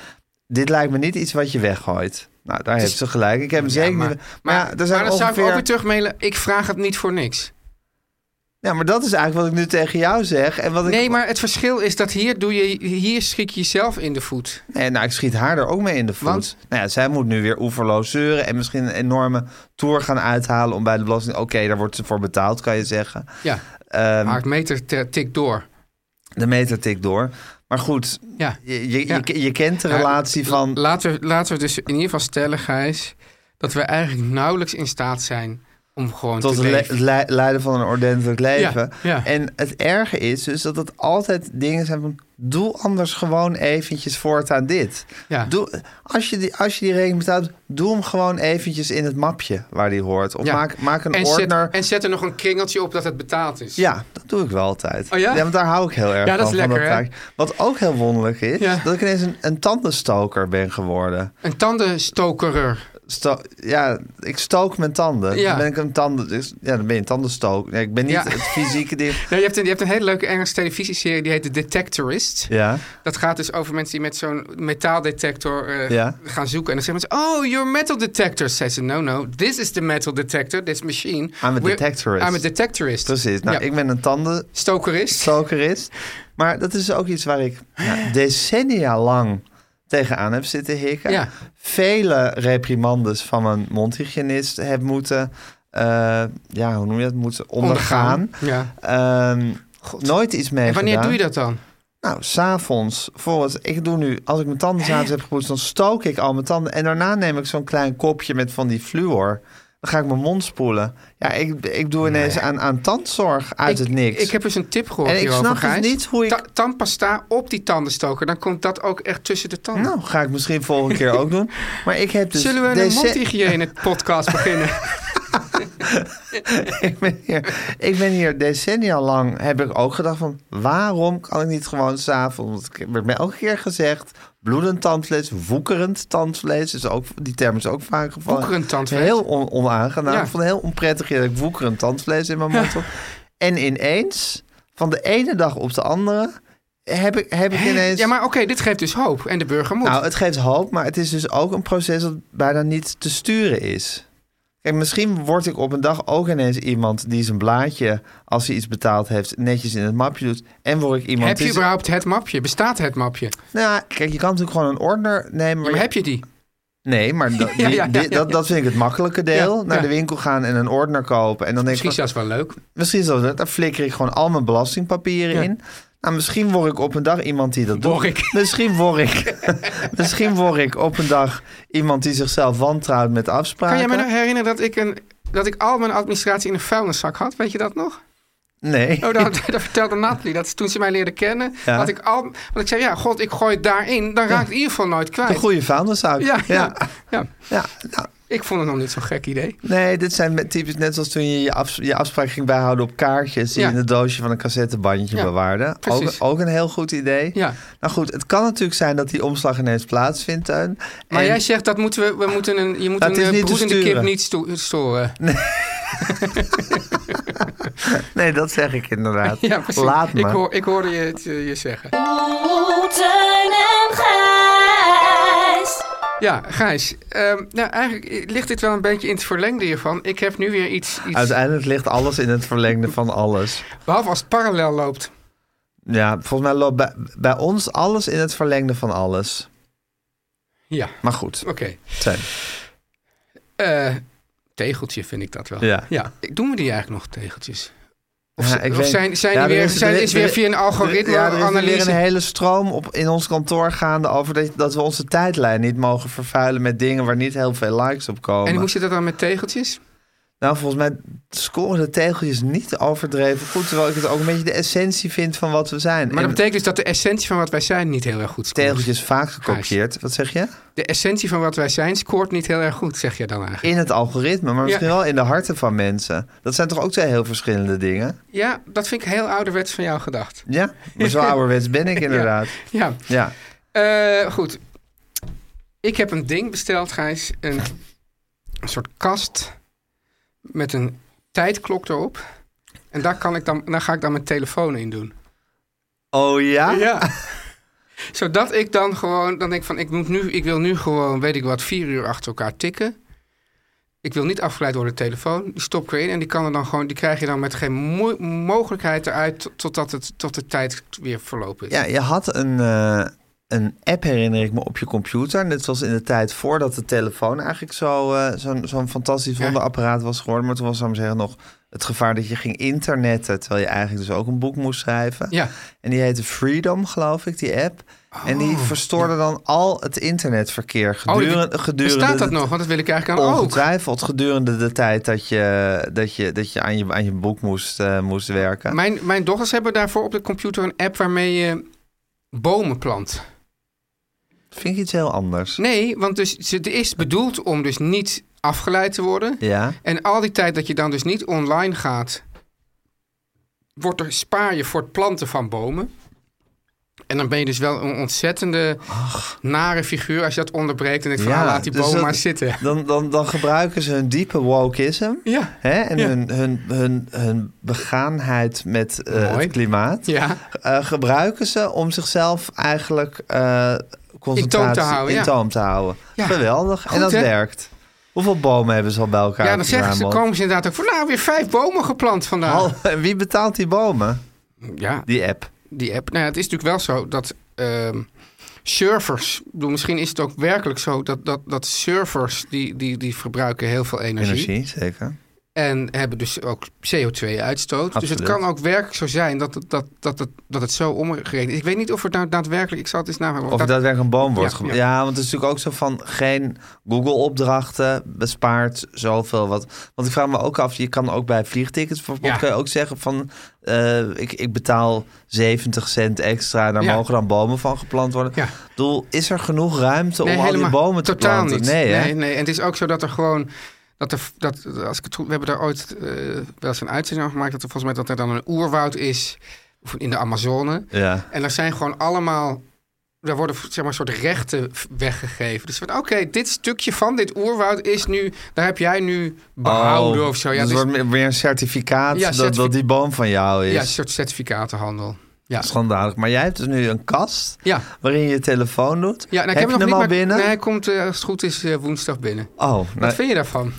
Speaker 1: Dit lijkt me niet iets wat je weggooit. Nou, daar heeft ze gelijk. Ik heb hem zeker
Speaker 2: maar,
Speaker 1: niet.
Speaker 2: maar,
Speaker 1: Maar, ja,
Speaker 2: maar
Speaker 1: er zijn
Speaker 2: dan zou ik
Speaker 1: ongeveer...
Speaker 2: ook weer terugmailen. Ik vraag het niet voor niks.
Speaker 1: Ja, maar dat is eigenlijk wat ik nu tegen jou zeg. En wat ik...
Speaker 2: Nee, maar het verschil is dat hier, doe je, hier schrik je jezelf in de voet.
Speaker 1: Nee, nou, ik schiet haar er ook mee in de voet.
Speaker 2: Want?
Speaker 1: Nou ja, zij moet nu weer oeverloos zeuren en misschien een enorme tour gaan uithalen om bij de belasting. Oké, daar wordt ze voor betaald, kan je zeggen.
Speaker 2: Ja,
Speaker 1: Ehm,
Speaker 2: hardmeter te- tikt door.
Speaker 1: de meter tikt door. Maar goed,
Speaker 2: Ja.
Speaker 1: je, je,
Speaker 2: Ja.
Speaker 1: je, je kent de
Speaker 2: Ja,
Speaker 1: relatie van.
Speaker 2: Laten we, laten we dus in ieder geval stellen, Gijs, dat we eigenlijk nauwelijks in staat zijn om gewoon
Speaker 1: tot
Speaker 2: te
Speaker 1: het le-
Speaker 2: leven.
Speaker 1: le- leiden van een ordentelijk leven.
Speaker 2: ja.
Speaker 1: En het erge is dus dat het altijd dingen zijn van... doe anders gewoon eventjes voortaan dit.
Speaker 2: Ja.
Speaker 1: Doe, als, je die, als je die rekening betaalt, doe hem gewoon eventjes in het mapje waar die hoort. Of
Speaker 2: Ja.
Speaker 1: maak, maak een
Speaker 2: en,
Speaker 1: ordner.
Speaker 2: zet, en zet er nog een kringeltje op dat het betaald is.
Speaker 1: Ja, dat doe ik wel altijd.
Speaker 2: Oh ja?
Speaker 1: want daar hou ik heel erg
Speaker 2: Ja, dat
Speaker 1: van.
Speaker 2: is
Speaker 1: van
Speaker 2: lekker, hè?
Speaker 1: taak. Wat ook heel wonderlijk is,
Speaker 2: Ja.
Speaker 1: dat ik ineens een, een tandenstoker ben geworden.
Speaker 2: Een tandenstokerer.
Speaker 1: Sto- ja, ik stook mijn tanden.
Speaker 2: Ja.
Speaker 1: Dan ben ik een tanden... dus- Ja, dan ben je een tandenstoker. Nee, ik ben niet
Speaker 2: Ja.
Speaker 1: het fysieke ding.
Speaker 2: [laughs] Nou, je, hebt een, je hebt een hele leuke Engelse televisieserie, die heet The Detectorist.
Speaker 1: Ja,
Speaker 2: Dat gaat dus over mensen die met zo'n metaaldetector eh,
Speaker 1: Ja.
Speaker 2: gaan zoeken. En dan zeggen mensen, oh, your metal detector. Zegt ze, no, no, this is the metal detector, this machine.
Speaker 1: I'm a
Speaker 2: We're-
Speaker 1: detectorist.
Speaker 2: I'm a detectorist.
Speaker 1: precies. Nou,
Speaker 2: Ja.
Speaker 1: ik ben een tanden...
Speaker 2: Stokerist.
Speaker 1: stalkerist. Maar dat is ook iets waar ik ja, decennia lang tegenaan heb zitten hikken.
Speaker 2: Ja.
Speaker 1: Vele reprimandes van mijn mondhygiënist heb moeten, eh, ja, hoe noem je dat, moeten ondergaan.
Speaker 2: Ja.
Speaker 1: Ehm, nooit iets mee
Speaker 2: En wanneer
Speaker 1: gedaan.
Speaker 2: doe je dat dan?
Speaker 1: Nou, s'avonds. Voor het, ik doe nu, als ik mijn tanden s'avonds heb gepoetst, dan stook ik al mijn tanden. En daarna neem ik zo'n klein kopje met van die fluor. Dan ga ik mijn mond spoelen. Ja, ik, ik doe ineens aan, aan tandzorg uit
Speaker 2: ik,
Speaker 1: het niks.
Speaker 2: Ik heb eens een tip gehoord
Speaker 1: En ik
Speaker 2: hierover,
Speaker 1: snap dus
Speaker 2: Gijs.
Speaker 1: niet hoe ik-
Speaker 2: Ta- tandpasta op die tandenstoker, dan komt dat ook echt tussen de tanden.
Speaker 1: Nou, ga ik misschien volgende keer ook doen. Maar ik heb dus...
Speaker 2: Zullen we een
Speaker 1: deze-
Speaker 2: mondhygiëne podcast beginnen?
Speaker 1: [laughs] ik, ben hier, ik ben hier decennia lang, heb ik ook gedacht van... waarom kan ik niet gewoon s'avonds... want het werd mij elke keer gezegd... bloedend tandvlees, woekerend tandvlees. Is ook, die term is ook vaak gevallen.
Speaker 2: Woekerend tandvlees?
Speaker 1: Heel on- onaangenaam.
Speaker 2: Ja.
Speaker 1: Ik vond het heel onprettig dat ik woekerend tandvlees in mijn mond had. En ineens, van de ene dag op de andere... heb ik, heb ik [laughs] ineens...
Speaker 2: ja, maar oké, dit geeft dus hoop. En de burger moet.
Speaker 1: Nou, het geeft hoop, maar het is dus ook een proces dat bijna niet te sturen is. Kijk, misschien word ik op een dag ook ineens iemand die zijn blaadje, als hij iets betaald heeft, netjes in het mapje doet. En word ik iemand.
Speaker 2: heb je
Speaker 1: die-
Speaker 2: überhaupt het mapje? Bestaat het mapje?
Speaker 1: Nou, ja, kijk, je kan natuurlijk gewoon een ordner nemen.
Speaker 2: Maar heb je die?
Speaker 1: Nee,
Speaker 2: [laughs]
Speaker 1: maar dat, die-
Speaker 2: Ja, ja, ja,
Speaker 1: die- dat, dat vind ik het makkelijke deel.
Speaker 2: Ja,
Speaker 1: Naar
Speaker 2: ja.
Speaker 1: de winkel gaan en een ordner kopen. En dan denk ik
Speaker 2: Misschien
Speaker 1: van,
Speaker 2: zelfs wel leuk.
Speaker 1: misschien zal dat. Daar flikker ik gewoon al mijn belastingpapieren
Speaker 2: Ja.
Speaker 1: in. Nou, misschien word ik op een dag iemand die dat doet.
Speaker 2: Word ik.
Speaker 1: [laughs] Misschien word ik. [laughs] misschien word ik op een dag iemand die zichzelf wantrouwt met afspraken.
Speaker 2: Kan jij me nog herinneren dat ik, een, dat ik al mijn administratie in een vuilniszak had? Weet je dat nog?
Speaker 1: Nee.
Speaker 2: Oh,
Speaker 1: [laughs]
Speaker 2: dat, dat vertelde Nathalie. Dat toen ze mij leerde kennen,
Speaker 1: Ja.
Speaker 2: had ik al... Want ik zei, ja, god, ik gooi het daarin. Dan raak ik het in ieder geval nooit
Speaker 1: De
Speaker 2: kwijt.
Speaker 1: goede vuilniszaak.
Speaker 2: Ja, ja.
Speaker 1: ja.
Speaker 2: ja.
Speaker 1: Ja, nou,
Speaker 2: Ik vond het nog niet zo'n gek idee.
Speaker 1: nee, dit zijn met- typisch net zoals toen je je, afs- je afspraak ging bijhouden op kaartjes... die
Speaker 2: Ja.
Speaker 1: je in een doosje van een cassettebandje
Speaker 2: Ja,
Speaker 1: bewaarde. Ook,
Speaker 2: precies.
Speaker 1: ook een heel goed idee.
Speaker 2: Ja.
Speaker 1: Nou goed, het kan natuurlijk zijn dat die omslag ineens plaatsvindt, Teun.
Speaker 2: Maar
Speaker 1: En-
Speaker 2: jij zegt, dat moeten we, we moeten een, je moet
Speaker 1: Dat
Speaker 2: een
Speaker 1: is
Speaker 2: eh,
Speaker 1: niet te
Speaker 2: broedende kip
Speaker 1: sturen.
Speaker 2: niet sto- storen.
Speaker 1: Nee, dat zeg ik inderdaad.
Speaker 2: [laughs] Ja, precies.
Speaker 1: Laat me.
Speaker 2: Ik, hoor, ik hoorde je het eh, je zeggen.
Speaker 4: Oeh, Teun en Gijs.
Speaker 2: Ja, Gijs. ehm, nou, eigenlijk ligt dit wel een beetje in het verlengde hiervan. Ik heb nu weer iets, iets
Speaker 1: Uiteindelijk ligt alles in het verlengde van alles.
Speaker 2: behalve als het parallel loopt.
Speaker 1: Ja, volgens mij loopt bij, bij ons alles in het verlengde van alles.
Speaker 2: Ja,
Speaker 1: Maar goed,
Speaker 2: oké.
Speaker 1: Teun.
Speaker 2: Eh, tegeltje vind ik dat wel.
Speaker 1: Ja.
Speaker 2: Doen we die eigenlijk nog tegeltjes? Of,
Speaker 1: Ja,
Speaker 2: ze-
Speaker 1: ik
Speaker 2: of
Speaker 1: weet-
Speaker 2: zijn, zijn
Speaker 1: Ja,
Speaker 2: die
Speaker 1: er
Speaker 2: weer,
Speaker 1: is-
Speaker 2: zijn,
Speaker 1: er-
Speaker 2: is weer
Speaker 1: er-
Speaker 2: via een algoritme
Speaker 1: Ja, er is nu weer
Speaker 2: analyse?
Speaker 1: een hele stroom op, in ons kantoor gaande over dat, dat we onze tijdlijn niet mogen vervuilen met dingen waar niet heel veel likes op komen.
Speaker 2: En hoe zit dat dan met tegeltjes?
Speaker 1: Nou, volgens mij scoren de tegeltjes niet overdreven goed, terwijl ik het ook een beetje de essentie vind van wat we zijn.
Speaker 2: Maar dat
Speaker 1: En
Speaker 2: betekent dus dat de essentie van wat wij zijn niet heel erg goed scoort.
Speaker 1: tegeltjes vaak gekopieerd. Wat zeg je?
Speaker 2: De essentie van wat wij zijn scoort niet heel erg goed, zeg je dan eigenlijk.
Speaker 1: In het algoritme, maar misschien
Speaker 2: Ja.
Speaker 1: wel in de harten van mensen. Dat zijn toch ook twee heel verschillende dingen?
Speaker 2: Ja, dat vind ik heel ouderwets van jou gedacht.
Speaker 1: Ja, maar
Speaker 2: [laughs]
Speaker 1: zo ouderwets ben ik inderdaad.
Speaker 2: Ja,
Speaker 1: Ja,
Speaker 2: Eh, goed. Ik heb een ding besteld, Gijs. Een, een soort kast met een tijdklok erop. En daar, kan ik dan, daar ga ik dan mijn telefoon in doen.
Speaker 1: Oh ja?
Speaker 2: Ja. [laughs] Zodat ik dan gewoon, dan denk ik van, ik, moet nu, ik wil nu gewoon, weet ik wat, vier uur achter elkaar tikken. Ik wil niet afgeleid worden door de telefoon. Die stop ik erin en die, kan er dan gewoon, die krijg je dan met geen moe- mogelijkheid eruit tot- totdat het, tot de tijd weer verlopen is.
Speaker 1: Ja, je had een, eh, een app, herinner ik me, op je computer. Net zoals in de tijd voordat de telefoon eigenlijk zo, eh, zo'n zo'n fantastisch
Speaker 2: Ja.
Speaker 1: wonderapparaat was geworden. Maar toen was, zou ik maar zeggen, nog het gevaar dat je ging internetten... terwijl je eigenlijk dus ook een boek moest schrijven.
Speaker 2: Ja.
Speaker 1: En die heette Freedom, geloof ik, die app. En die verstoorde dan al het internetverkeer gedurende...
Speaker 2: oh, die-
Speaker 1: gedurende
Speaker 2: bestaat dat
Speaker 1: de-
Speaker 2: nog? Want dat wil ik eigenlijk dan ook.
Speaker 1: Ongetwijfeld gedurende de tijd dat je, dat je, dat je, aan, je aan je boek moest, eh, moest werken.
Speaker 2: Mijn, mijn dochters hebben daarvoor op de computer een app waarmee je bomen plant.
Speaker 1: Vind ik iets heel anders.
Speaker 2: Nee, want dus, ze- het is bedoeld om dus niet afgeleid te worden.
Speaker 1: Ja.
Speaker 2: En al die tijd dat je dan dus niet online gaat, wordt er, spaar je voor het planten van bomen. En dan ben je dus wel een ontzettende nare figuur als je dat onderbreekt. En ik van,
Speaker 1: Ja,
Speaker 2: ah, laat die
Speaker 1: dus
Speaker 2: bomen
Speaker 1: dat-
Speaker 2: maar zitten. [laughs]
Speaker 1: Dan, dan, dan gebruiken ze hun diepe wokeism.
Speaker 2: Ja.
Speaker 1: Hè? En
Speaker 2: Ja.
Speaker 1: hun, hun, hun, hun begaanheid met eh,
Speaker 2: Mooi.
Speaker 1: het klimaat.
Speaker 2: Ja,
Speaker 1: eh, gebruiken ze om zichzelf eigenlijk eh concentratie
Speaker 2: In toom te houden,
Speaker 1: in
Speaker 2: ja.
Speaker 1: toom te houden.
Speaker 2: Ja.
Speaker 1: Geweldig.
Speaker 2: Goed,
Speaker 1: en dat
Speaker 2: hè?
Speaker 1: werkt. Hoeveel bomen hebben ze al bij elkaar
Speaker 2: ja dan zeggen ze,
Speaker 1: verzameld?
Speaker 2: komen ze inderdaad ook van, nou, weer vijf bomen geplant vandaag.
Speaker 1: Al- en wie betaalt die bomen?
Speaker 2: Ja,
Speaker 1: Die app.
Speaker 2: die app. Nou ja, het is natuurlijk wel zo dat ehm, servers, ik bedoel, misschien is het ook werkelijk zo dat, dat, dat servers die, die, die verbruiken heel veel energie,
Speaker 1: Energie, zeker.
Speaker 2: en hebben dus ook CO2-uitstoot. Dus het
Speaker 1: Absoluut.
Speaker 2: kan ook werkelijk zo zijn dat, het- dat, dat, het dat het zo omgerekend is. Ik weet niet of het nou daadwerkelijk, ik zal het eens navragen.
Speaker 1: Of
Speaker 2: dat-
Speaker 1: dat daadwerkelijk een boom wordt
Speaker 2: Ja,
Speaker 1: ge-
Speaker 2: ja.
Speaker 1: ja. want het is natuurlijk ook zo van geen Google-opdrachten bespaart zoveel. Wat, want ik vraag me ook af, je kan ook bij vliegtickets bijvoorbeeld
Speaker 2: Ja.
Speaker 1: kan je ook zeggen van eh, ik, ik betaal 70 cent extra, daar
Speaker 2: Ja.
Speaker 1: mogen dan bomen van geplant worden.
Speaker 2: Ja.
Speaker 1: Doel, is er genoeg ruimte om al die
Speaker 2: helemaal-
Speaker 1: bomen te
Speaker 2: totaal
Speaker 1: planten?
Speaker 2: Niet.
Speaker 1: Nee, hè?
Speaker 2: nee, nee. En het is ook zo dat er gewoon. Dat er, dat, als ik het goed, we hebben daar ooit eh, wel eens een uitzending over gemaakt. Dat er volgens mij dat er dan een oerwoud is. Of in de Amazone.
Speaker 1: Ja.
Speaker 2: En er zijn gewoon allemaal. Daar worden zeg maar soort rechten v- weggegeven. Dus van oké, dit stukje van dit oerwoud is nu. Daar heb jij nu behouden
Speaker 1: Oh,
Speaker 2: of zo. Ja,
Speaker 1: dus
Speaker 2: dus,
Speaker 1: het wordt meer- weer een certificaat
Speaker 2: Ja,
Speaker 1: dat,
Speaker 2: certifi-
Speaker 1: dat die boom van jou is.
Speaker 2: ja, een soort certificatenhandel. Ja.
Speaker 1: Schandalig. Maar jij hebt dus nu een kast
Speaker 2: Ja.
Speaker 1: waarin je je telefoon doet.
Speaker 2: Ja, nou,
Speaker 1: heb,
Speaker 2: ik heb,
Speaker 1: je
Speaker 2: hem nog
Speaker 1: hem
Speaker 2: niet,
Speaker 1: al
Speaker 2: maar-
Speaker 1: binnen?
Speaker 2: Nee, hij komt eh, als het goed is eh, woensdag binnen.
Speaker 1: Oh,
Speaker 2: Wat
Speaker 1: nou,
Speaker 2: vind je daarvan?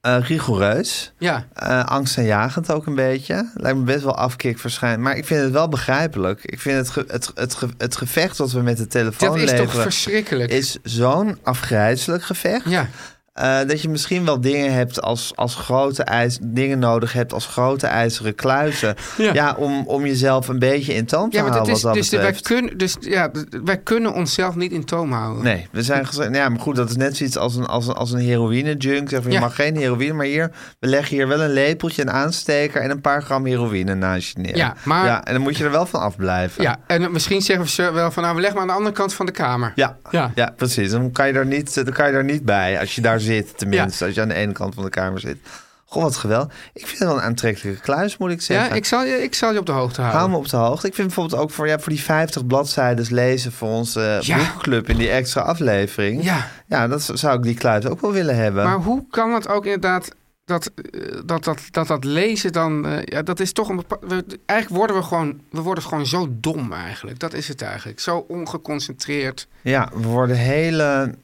Speaker 1: eh, rigoureus.
Speaker 2: Ja.
Speaker 1: Eh, angstaanjagend ook een beetje. Lijkt me best wel afkick verschijnen. Maar ik vind het wel begrijpelijk. Ik vind het, ge- het, het, ge- het gevecht wat we met de telefoon
Speaker 2: Dat is toch
Speaker 1: leveren...
Speaker 2: verschrikkelijk?
Speaker 1: is zo'n afgrijzelijk gevecht.
Speaker 2: Ja.
Speaker 1: eh, dat je misschien wel dingen hebt als, als grote ijs, dingen nodig hebt als grote ijzeren kluizen.
Speaker 2: Ja.
Speaker 1: Ja, om, om jezelf een beetje in toom te
Speaker 2: Ja, maar
Speaker 1: houden.
Speaker 2: dat is,
Speaker 1: wat dat
Speaker 2: dus, de- wij
Speaker 1: betreft.
Speaker 2: kunnen, dus ja, d- wij kunnen onszelf niet in toom houden.
Speaker 1: Nee, we zijn gezegd. nou Ja, maar goed, dat is net zoiets als een, als een, als een heroïne-junk. Zeg van,
Speaker 2: Ja.
Speaker 1: Je mag geen heroïne, maar hier, we leggen hier wel een lepeltje, een aansteker en een paar gram heroïne naast je neer.
Speaker 2: Ja, maar-
Speaker 1: ja, en dan moet je er wel van afblijven.
Speaker 2: Ja, en dan misschien zeggen ze wel van, nou, we leggen maar aan de andere kant van de kamer.
Speaker 1: Ja,
Speaker 2: Ja.
Speaker 1: ja. precies. Dan kan, je daar niet, dan kan je daar niet bij als je daar zit, tenminste. Als je aan de ene kant van de kamer zit. Goh, wat geweld. Ik vind het wel een aantrekkelijke kluis, moet ik
Speaker 2: Ja,
Speaker 1: zeggen.
Speaker 2: ik zal, je- ik zal je op de hoogte houden.
Speaker 1: Hou me op de hoogte. Ik vind bijvoorbeeld ook voor, ja, voor die 50 bladzijdes lezen voor onze
Speaker 2: Ja.
Speaker 1: boekclub in die extra aflevering.
Speaker 2: Ja.
Speaker 1: ja, dat zou ik die kluis ook wel willen hebben.
Speaker 2: Maar hoe kan het ook inderdaad dat eh, dat, dat, dat, dat lezen dan... eh, ja, dat is toch een bepa- we- Eigenlijk worden we gewoon, we worden gewoon zo dom eigenlijk. Dat is het eigenlijk. Zo ongeconcentreerd.
Speaker 1: Ja, we worden hele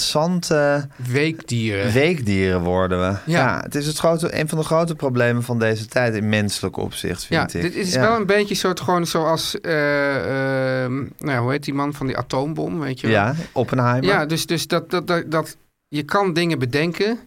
Speaker 1: oninteressante
Speaker 2: Weekdieren.
Speaker 1: weekdieren worden we. Ja,
Speaker 2: Ja.
Speaker 1: het is het grote, een van de grote problemen van deze tijd in menselijk opzicht,
Speaker 2: ja,
Speaker 1: vind ik.
Speaker 2: dit is
Speaker 1: Ja.
Speaker 2: wel een beetje soort, gewoon zoals, eh, eh, nou ja, hoe heet die man van die atoombom, weet je wel?
Speaker 1: Ja, Oppenheimer.
Speaker 2: Ja, dus, dus dat, dat, dat, dat, je kan dingen bedenken.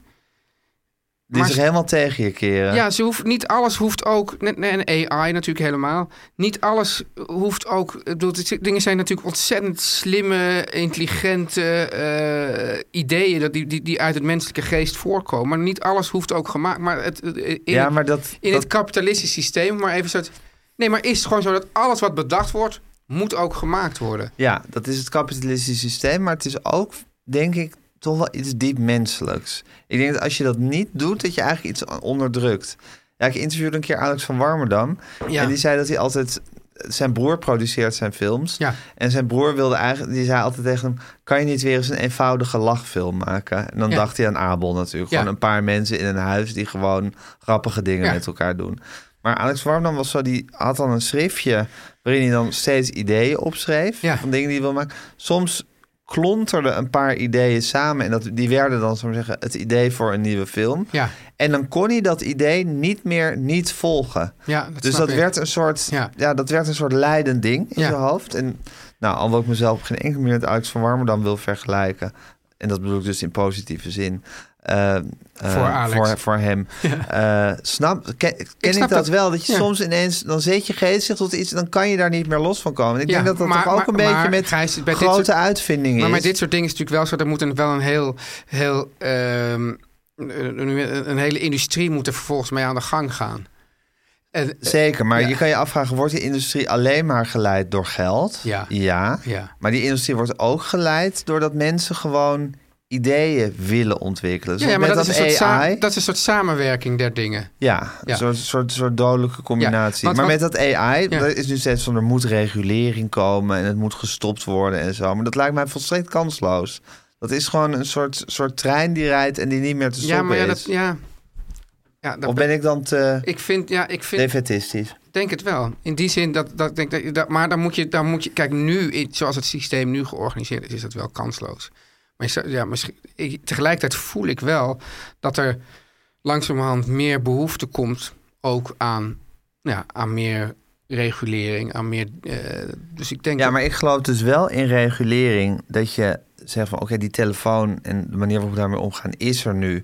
Speaker 1: die
Speaker 2: maar-
Speaker 1: zich helemaal tegen je keren.
Speaker 2: Ja, ze hoeft, niet alles hoeft ook, net- nee, en AI natuurlijk helemaal, niet alles hoeft ook, ik bedoel, dit soort dingen zijn natuurlijk ontzettend slimme, intelligente eh, ideeën dat die, die, die uit het menselijke geest voorkomen. Maar niet alles hoeft ook gemaakt, maar het, het- in,
Speaker 1: Ja,
Speaker 2: het-
Speaker 1: maar dat,
Speaker 2: in
Speaker 1: dat
Speaker 2: het kapitalistische systeem, maar even soort, nee, maar is het gewoon zo dat alles wat bedacht wordt, moet ook gemaakt worden?
Speaker 1: Ja, dat is het kapitalistische systeem, maar het is ook, denk ik, toch wel iets diep menselijks. Ik denk dat als je dat niet doet, dat je eigenlijk iets onderdrukt. Ja, ik interviewde een keer Alex van Warmerdam
Speaker 2: Ja.
Speaker 1: en die zei dat hij altijd zijn broer produceert zijn films.
Speaker 2: Ja.
Speaker 1: En zijn broer wilde eigenlijk, die zei altijd tegen hem: kan je niet weer eens een eenvoudige lachfilm maken? En dan
Speaker 2: Ja.
Speaker 1: dacht hij aan Abel natuurlijk,
Speaker 2: Ja.
Speaker 1: gewoon een paar mensen in een huis die gewoon grappige dingen
Speaker 2: Ja.
Speaker 1: met elkaar doen. Maar Alex Warmdam was zo, die had dan een schriftje waarin hij dan steeds ideeën opschreef
Speaker 2: Ja.
Speaker 1: van dingen die hij wil maken. Soms klonterden een paar ideeën samen en dat, die werden dan, zou ik maar zeggen, het idee voor een nieuwe film.
Speaker 2: Ja.
Speaker 1: En dan kon hij dat idee niet meer niet volgen.
Speaker 2: Ja, dat
Speaker 1: dus
Speaker 2: snap
Speaker 1: dat
Speaker 2: ik.
Speaker 1: werd, een soort, ja.
Speaker 2: Ja.
Speaker 1: dat werd een soort leidend ding in
Speaker 2: Ja.
Speaker 1: zijn hoofd. En nou, alhoewel ik mezelf op geen enkel moment Alex van Warmerdam wil vergelijken. En dat bedoel ik dus in positieve zin. eh, eh,
Speaker 2: Voor Alex.
Speaker 1: Voor, voor
Speaker 2: [laughs]
Speaker 1: hem. Eh, snap, ken ken ik,
Speaker 2: snap
Speaker 1: dat,
Speaker 2: dat.
Speaker 1: wel? Dat je
Speaker 2: Ja.
Speaker 1: soms ineens, dan zet je geest zich tot iets... en dan kan je daar niet meer los van komen. En ik
Speaker 2: Ja,
Speaker 1: denk dat dat
Speaker 2: maar-
Speaker 1: toch ook
Speaker 2: maar-
Speaker 1: een beetje
Speaker 2: maar,
Speaker 1: met
Speaker 2: Gijs, bij dit
Speaker 1: grote
Speaker 2: soort-
Speaker 1: uitvindingen
Speaker 2: Maar
Speaker 1: is.
Speaker 2: met dit soort dingen is het natuurlijk wel zo. Er moet een, wel een heel, heel ehm, een, een hele industrie moet er vervolgens mee aan de gang gaan. En, eh,
Speaker 1: Zeker, maar
Speaker 2: Ja.
Speaker 1: je kan je afvragen, wordt die industrie alleen maar geleid door geld?
Speaker 2: Ja.
Speaker 1: ja.
Speaker 2: Ja.
Speaker 1: Maar die industrie wordt ook geleid doordat mensen gewoon ideeën willen ontwikkelen. Dus
Speaker 2: ja, ja, maar dat is, een soort sa-
Speaker 1: AI,
Speaker 2: dat is een soort samenwerking der dingen.
Speaker 1: Ja, een
Speaker 2: Ja.
Speaker 1: soort, soort, soort dodelijke combinatie.
Speaker 2: want-
Speaker 1: maar
Speaker 2: want-
Speaker 1: met dat AI,
Speaker 2: Ja.
Speaker 1: dat is nu steeds van er moet regulering komen en het moet gestopt worden en zo. Maar dat lijkt mij volstrekt kansloos. Dat is gewoon een soort, soort trein die rijdt en die niet meer te stoppen
Speaker 2: Ja, maar ja, dat,
Speaker 1: is.
Speaker 2: ja, ja, dat
Speaker 1: Of ben ik dan te
Speaker 2: ik vind, ja, ik vind,
Speaker 1: defetistisch?
Speaker 2: denk het wel. In die zin dat, dat ik denk dat, je dat, maar dan moet je, dan moet je, kijk, nu in- zoals het systeem nu georganiseerd is, is dat wel kansloos. Maar je zou- ja, misschien, ik- tegelijkertijd voel ik wel dat er langzamerhand meer behoefte komt ook aan, ja, aan meer regulering, aan meer. eh, dus ik denk.
Speaker 1: Ja,
Speaker 2: dat-
Speaker 1: maar ik geloof dus wel in regulering dat je zegt van oké, die telefoon en de manier waarop we daarmee omgaan is er nu.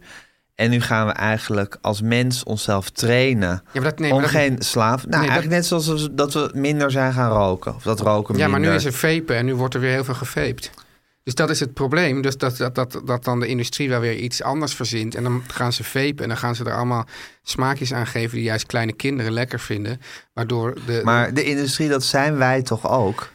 Speaker 1: En nu gaan we eigenlijk als mens onszelf trainen
Speaker 2: ja, maar dat neemt.
Speaker 1: om geen slaaf. Nou,
Speaker 2: Nee, dat-
Speaker 1: eigenlijk net zoals we- dat we minder zijn gaan roken. Of dat roken
Speaker 2: Ja,
Speaker 1: minder.
Speaker 2: maar nu is er vapen en nu wordt er weer heel veel geveept. Dus dat is het probleem. Dus dat, dat, dat, dat dan de industrie wel weer iets anders verzint. En dan gaan ze vapen en dan gaan ze er allemaal smaakjes aan geven... die juist kleine kinderen lekker vinden. Waardoor de...
Speaker 1: Maar de industrie, dat zijn wij toch ook?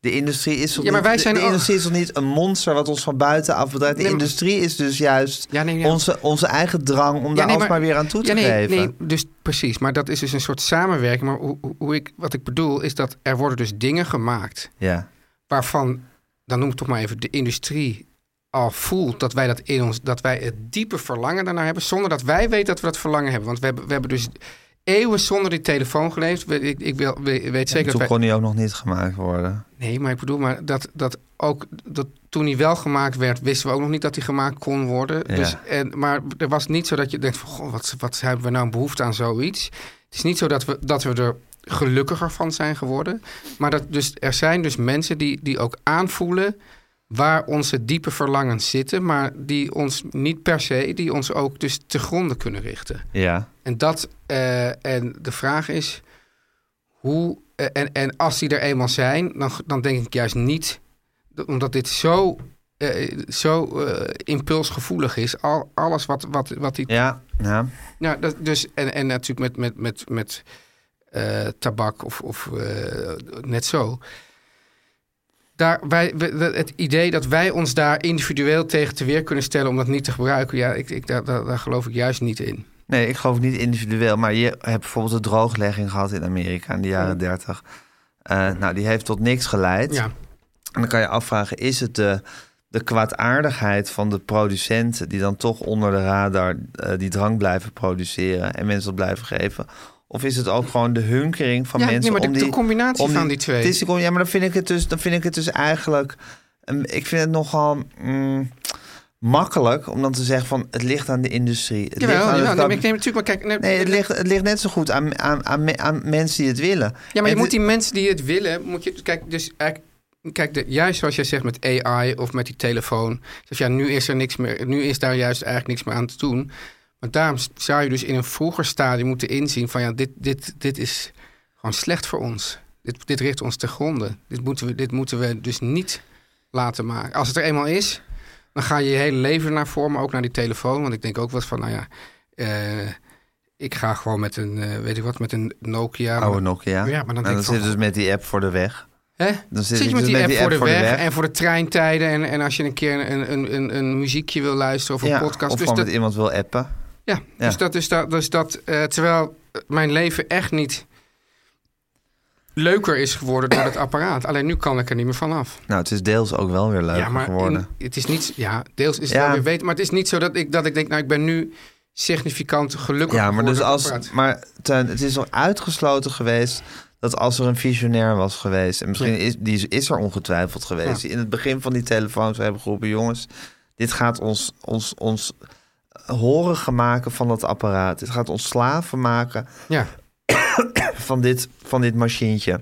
Speaker 1: De industrie is toch,
Speaker 2: Ja, maar
Speaker 1: niet,
Speaker 2: wij zijn
Speaker 1: de, de
Speaker 2: ook-
Speaker 1: industrie is toch niet een monster wat ons van buitenaf bedreigt? De
Speaker 2: Nee, maar-
Speaker 1: industrie is dus juist
Speaker 2: Ja, nee, ja.
Speaker 1: Onze, onze eigen drang om daar
Speaker 2: nee,
Speaker 1: alsmaar weer aan toe te
Speaker 2: ja, nee,
Speaker 1: geven.
Speaker 2: Nee, dus precies. Maar dat is dus een soort samenwerking. Maar hoe, hoe- hoe ik, wat ik bedoel is dat er worden dus dingen gemaakt...
Speaker 1: Ja.
Speaker 2: waarvan, dan noem ik toch maar even, de industrie al voelt dat wij, dat in ons, dat wij het diepe verlangen daarnaar hebben, zonder dat wij weten dat we dat verlangen hebben. Want we hebben, we hebben dus eeuwen zonder die telefoon geleefd. We- Ik, ik wil, we- weet
Speaker 1: En
Speaker 2: zeker
Speaker 1: toen
Speaker 2: dat wij...
Speaker 1: kon die ook nog niet gemaakt worden.
Speaker 2: Nee, maar ik bedoel, maar dat, dat ook dat toen hij wel gemaakt werd, wisten we ook nog niet dat hij gemaakt kon worden.
Speaker 1: Ja.
Speaker 2: Dus, en, maar er was niet zo dat je denkt van, goh, wat, wat hebben we nou een behoefte aan zoiets? Het is niet zo dat we, dat we er gelukkiger van zijn geworden. Maar dat, dus, er zijn dus mensen die, die ook aanvoelen waar onze diepe verlangens zitten, maar die ons niet per se, die ons ook dus te gronden kunnen richten.
Speaker 1: Ja.
Speaker 2: En, dat, eh, en de vraag is hoe. eh, en, en als die er eenmaal zijn, dan, dan denk ik juist niet. Omdat dit zo, eh, zo eh, impulsgevoelig is. Al, alles wat, wat, wat die.
Speaker 1: Ja, ja.
Speaker 2: Nou, dat, dus, en, en natuurlijk met, met, met, met eh, tabak of, of eh, net zo. Daar, wij, we- we- het idee dat wij ons daar individueel tegen te weer kunnen stellen om dat niet te gebruiken, ja, ik, ik, daar, daar, daar geloof ik juist niet in.
Speaker 1: Nee, ik geloof niet individueel. Maar je hebt bijvoorbeeld de drooglegging gehad in Amerika in de jaren 30. Eh, nou, die heeft tot niks geleid.
Speaker 2: Ja.
Speaker 1: En dan kan je afvragen, is het de, de kwaadaardigheid van de producenten... die dan toch onder de radar eh, die drank blijven produceren... en mensen dat blijven geven... Of is het ook gewoon de hunkering van
Speaker 2: Ja,
Speaker 1: mensen
Speaker 2: nee, maar de-
Speaker 1: om die...
Speaker 2: de combinatie
Speaker 1: om
Speaker 2: van die twee.
Speaker 1: Het is de com- ja, maar dan vind ik het dus, dan vind ik het dus eigenlijk... een- ik vind het nogal mm, makkelijk om dan te zeggen van het ligt aan de industrie. Het
Speaker 2: Jawel,
Speaker 1: ligt aan
Speaker 2: jawel,
Speaker 1: het
Speaker 2: nee,
Speaker 1: kab-
Speaker 2: maar ik neem natuurlijk maar kijk. nee,
Speaker 1: Nee, het ligt, het ligt net zo goed aan, aan, aan, me- aan mensen die het willen.
Speaker 2: Ja, maar
Speaker 1: En
Speaker 2: je moet
Speaker 1: het-
Speaker 2: die mensen die het willen, moet je. Kijk, dus eigenlijk- Kijk, de, juist zoals jij zegt met AI of met die telefoon. Dus ja, nu is er niks meer. Nu is daar juist eigenlijk niks meer aan te doen. Maar daarom s- zou je dus in een vroeger stadium moeten inzien van ja, dit, dit, dit is gewoon slecht voor ons. Dit, dit richt ons te gronden. Dit moeten, we, dit moeten we dus niet laten maken. Als het er eenmaal is, dan ga je je hele leven naar voor, maar ook naar die telefoon. Want ik denk ook wat van, nou ja, eh, ik ga gewoon met een, eh, weet ik wat, met een Nokia.
Speaker 1: Oude Nokia.
Speaker 2: Ja, maar dan denk
Speaker 1: en
Speaker 2: ik
Speaker 1: dan
Speaker 2: van-
Speaker 1: zit dus met die app voor de weg.
Speaker 2: Hè?
Speaker 1: Dan dus
Speaker 2: zit, je met die app, voor, de weg, en voor de treintijden. En, en als je een keer een, een, een, een muziekje wil luisteren of een
Speaker 1: Ja,
Speaker 2: podcast.
Speaker 1: of
Speaker 2: dus
Speaker 1: gewoon
Speaker 2: dat-
Speaker 1: met iemand wil appen.
Speaker 2: ja,
Speaker 1: Ja.
Speaker 2: dus dat is dat. Dus dat eh, terwijl mijn leven echt niet leuker is geworden door het apparaat. Alleen nu kan ik er niet meer vanaf.
Speaker 1: Nou, het is deels ook wel weer leuk
Speaker 2: ja, maar in-
Speaker 1: geworden.
Speaker 2: het is niet. Ja, deels is het
Speaker 1: Ja.
Speaker 2: wel weer weten. Maar het is niet zo dat ik, dat ik denk, nou, ik ben nu significant gelukkig.
Speaker 1: Ja, maar,
Speaker 2: geworden
Speaker 1: dus
Speaker 2: door het
Speaker 1: als,
Speaker 2: apparaat.
Speaker 1: maar Teun, het is al uitgesloten geweest dat als er een visionair was geweest... en misschien is, die is, is er ongetwijfeld geweest... die in het begin van die telefoons hebben geroepen... jongens, dit gaat ons, ons, ons horen maken van dat apparaat. Dit gaat ons slaven maken
Speaker 2: Ja,
Speaker 1: van dit, van dit machientje.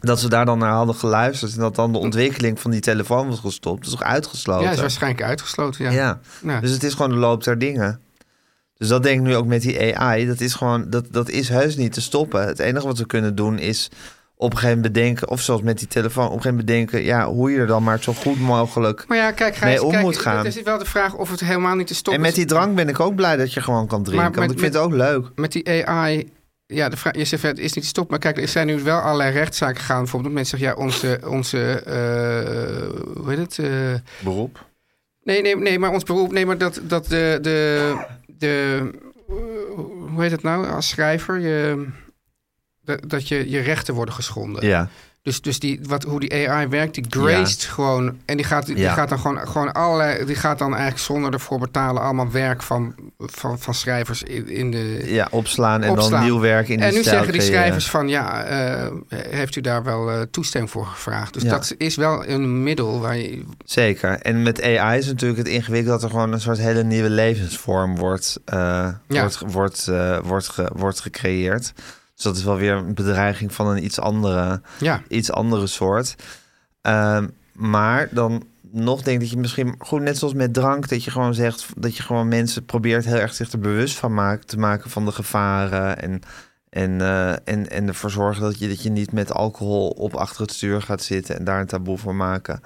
Speaker 1: Dat ze daar dan naar hadden geluisterd... en dat dan de ontwikkeling van die telefoon was gestopt. Dat is toch uitgesloten?
Speaker 2: ja, is waarschijnlijk uitgesloten. Ja.
Speaker 1: Ja.
Speaker 2: Ja.
Speaker 1: Dus het is gewoon de loop der dingen. Dus dat denk ik nu ook met die AI. Dat is gewoon, dat, dat is heus niet te stoppen. Het enige wat we kunnen doen is op een gegeven moment bedenken, of zoals met die telefoon, op een gegeven moment bedenken, ja, hoe je er dan maar zo goed mogelijk.
Speaker 2: Maar ja, kijk,
Speaker 1: mee
Speaker 2: Gijs,
Speaker 1: om
Speaker 2: kijk,
Speaker 1: moet gaan.
Speaker 2: Het is wel de vraag of het helemaal niet te stoppen
Speaker 1: En met
Speaker 2: is.
Speaker 1: die drank ben ik ook blij dat je gewoon kan drinken.
Speaker 2: met-
Speaker 1: want ik vind
Speaker 2: met-
Speaker 1: het ook leuk.
Speaker 2: met die AI. Ja, de vraag, je zegt, het is niet te stoppen. Maar kijk, er zijn nu wel allerlei rechtszaken gegaan. Bijvoorbeeld, dat mensen zeggen, ja, onze. onze eh, hoe heet het? eh,
Speaker 1: Beroep.
Speaker 2: nee, nee, nee, maar ons beroep. Nee, maar dat, dat de. de, de eh, hoe heet het nou? Als schrijver, je, dat, dat je, je rechten worden geschonden.
Speaker 1: Ja.
Speaker 2: Dus, dus die, wat, hoe die AI werkt, die graced gewoon. En die gaat, die
Speaker 1: Ja.
Speaker 2: gaat dan gewoon, gewoon allerlei. Die gaat dan eigenlijk zonder ervoor betalen. allemaal werk van, van, van schrijvers in, in de.
Speaker 1: Ja, opslaan en dan
Speaker 2: Opslaan.
Speaker 1: nieuw werk in die
Speaker 2: En nu
Speaker 1: stijl
Speaker 2: zeggen die
Speaker 1: creëren.
Speaker 2: schrijvers van ja, eh, heeft u daar wel eh, toestemming voor gevraagd? Dus
Speaker 1: Ja.
Speaker 2: dat is wel een middel waar je.
Speaker 1: Zeker. En met AI is natuurlijk het ingewikkeld dat er gewoon een soort hele nieuwe levensvorm wordt, eh, wordt, wordt, eh, wordt, ge- wordt gecreëerd. Dus dat is wel weer een bedreiging van een iets andere,
Speaker 2: Ja,
Speaker 1: iets andere soort. Ehm, maar dan nog denk ik dat je misschien, goed, net zoals met drank, dat je gewoon zegt dat je gewoon mensen probeert heel erg zich er bewust van maken, te maken van de gevaren en. En, eh, en, en ervoor zorgen dat je, dat je niet met alcohol op achter het stuur gaat zitten en daar een taboe van maken.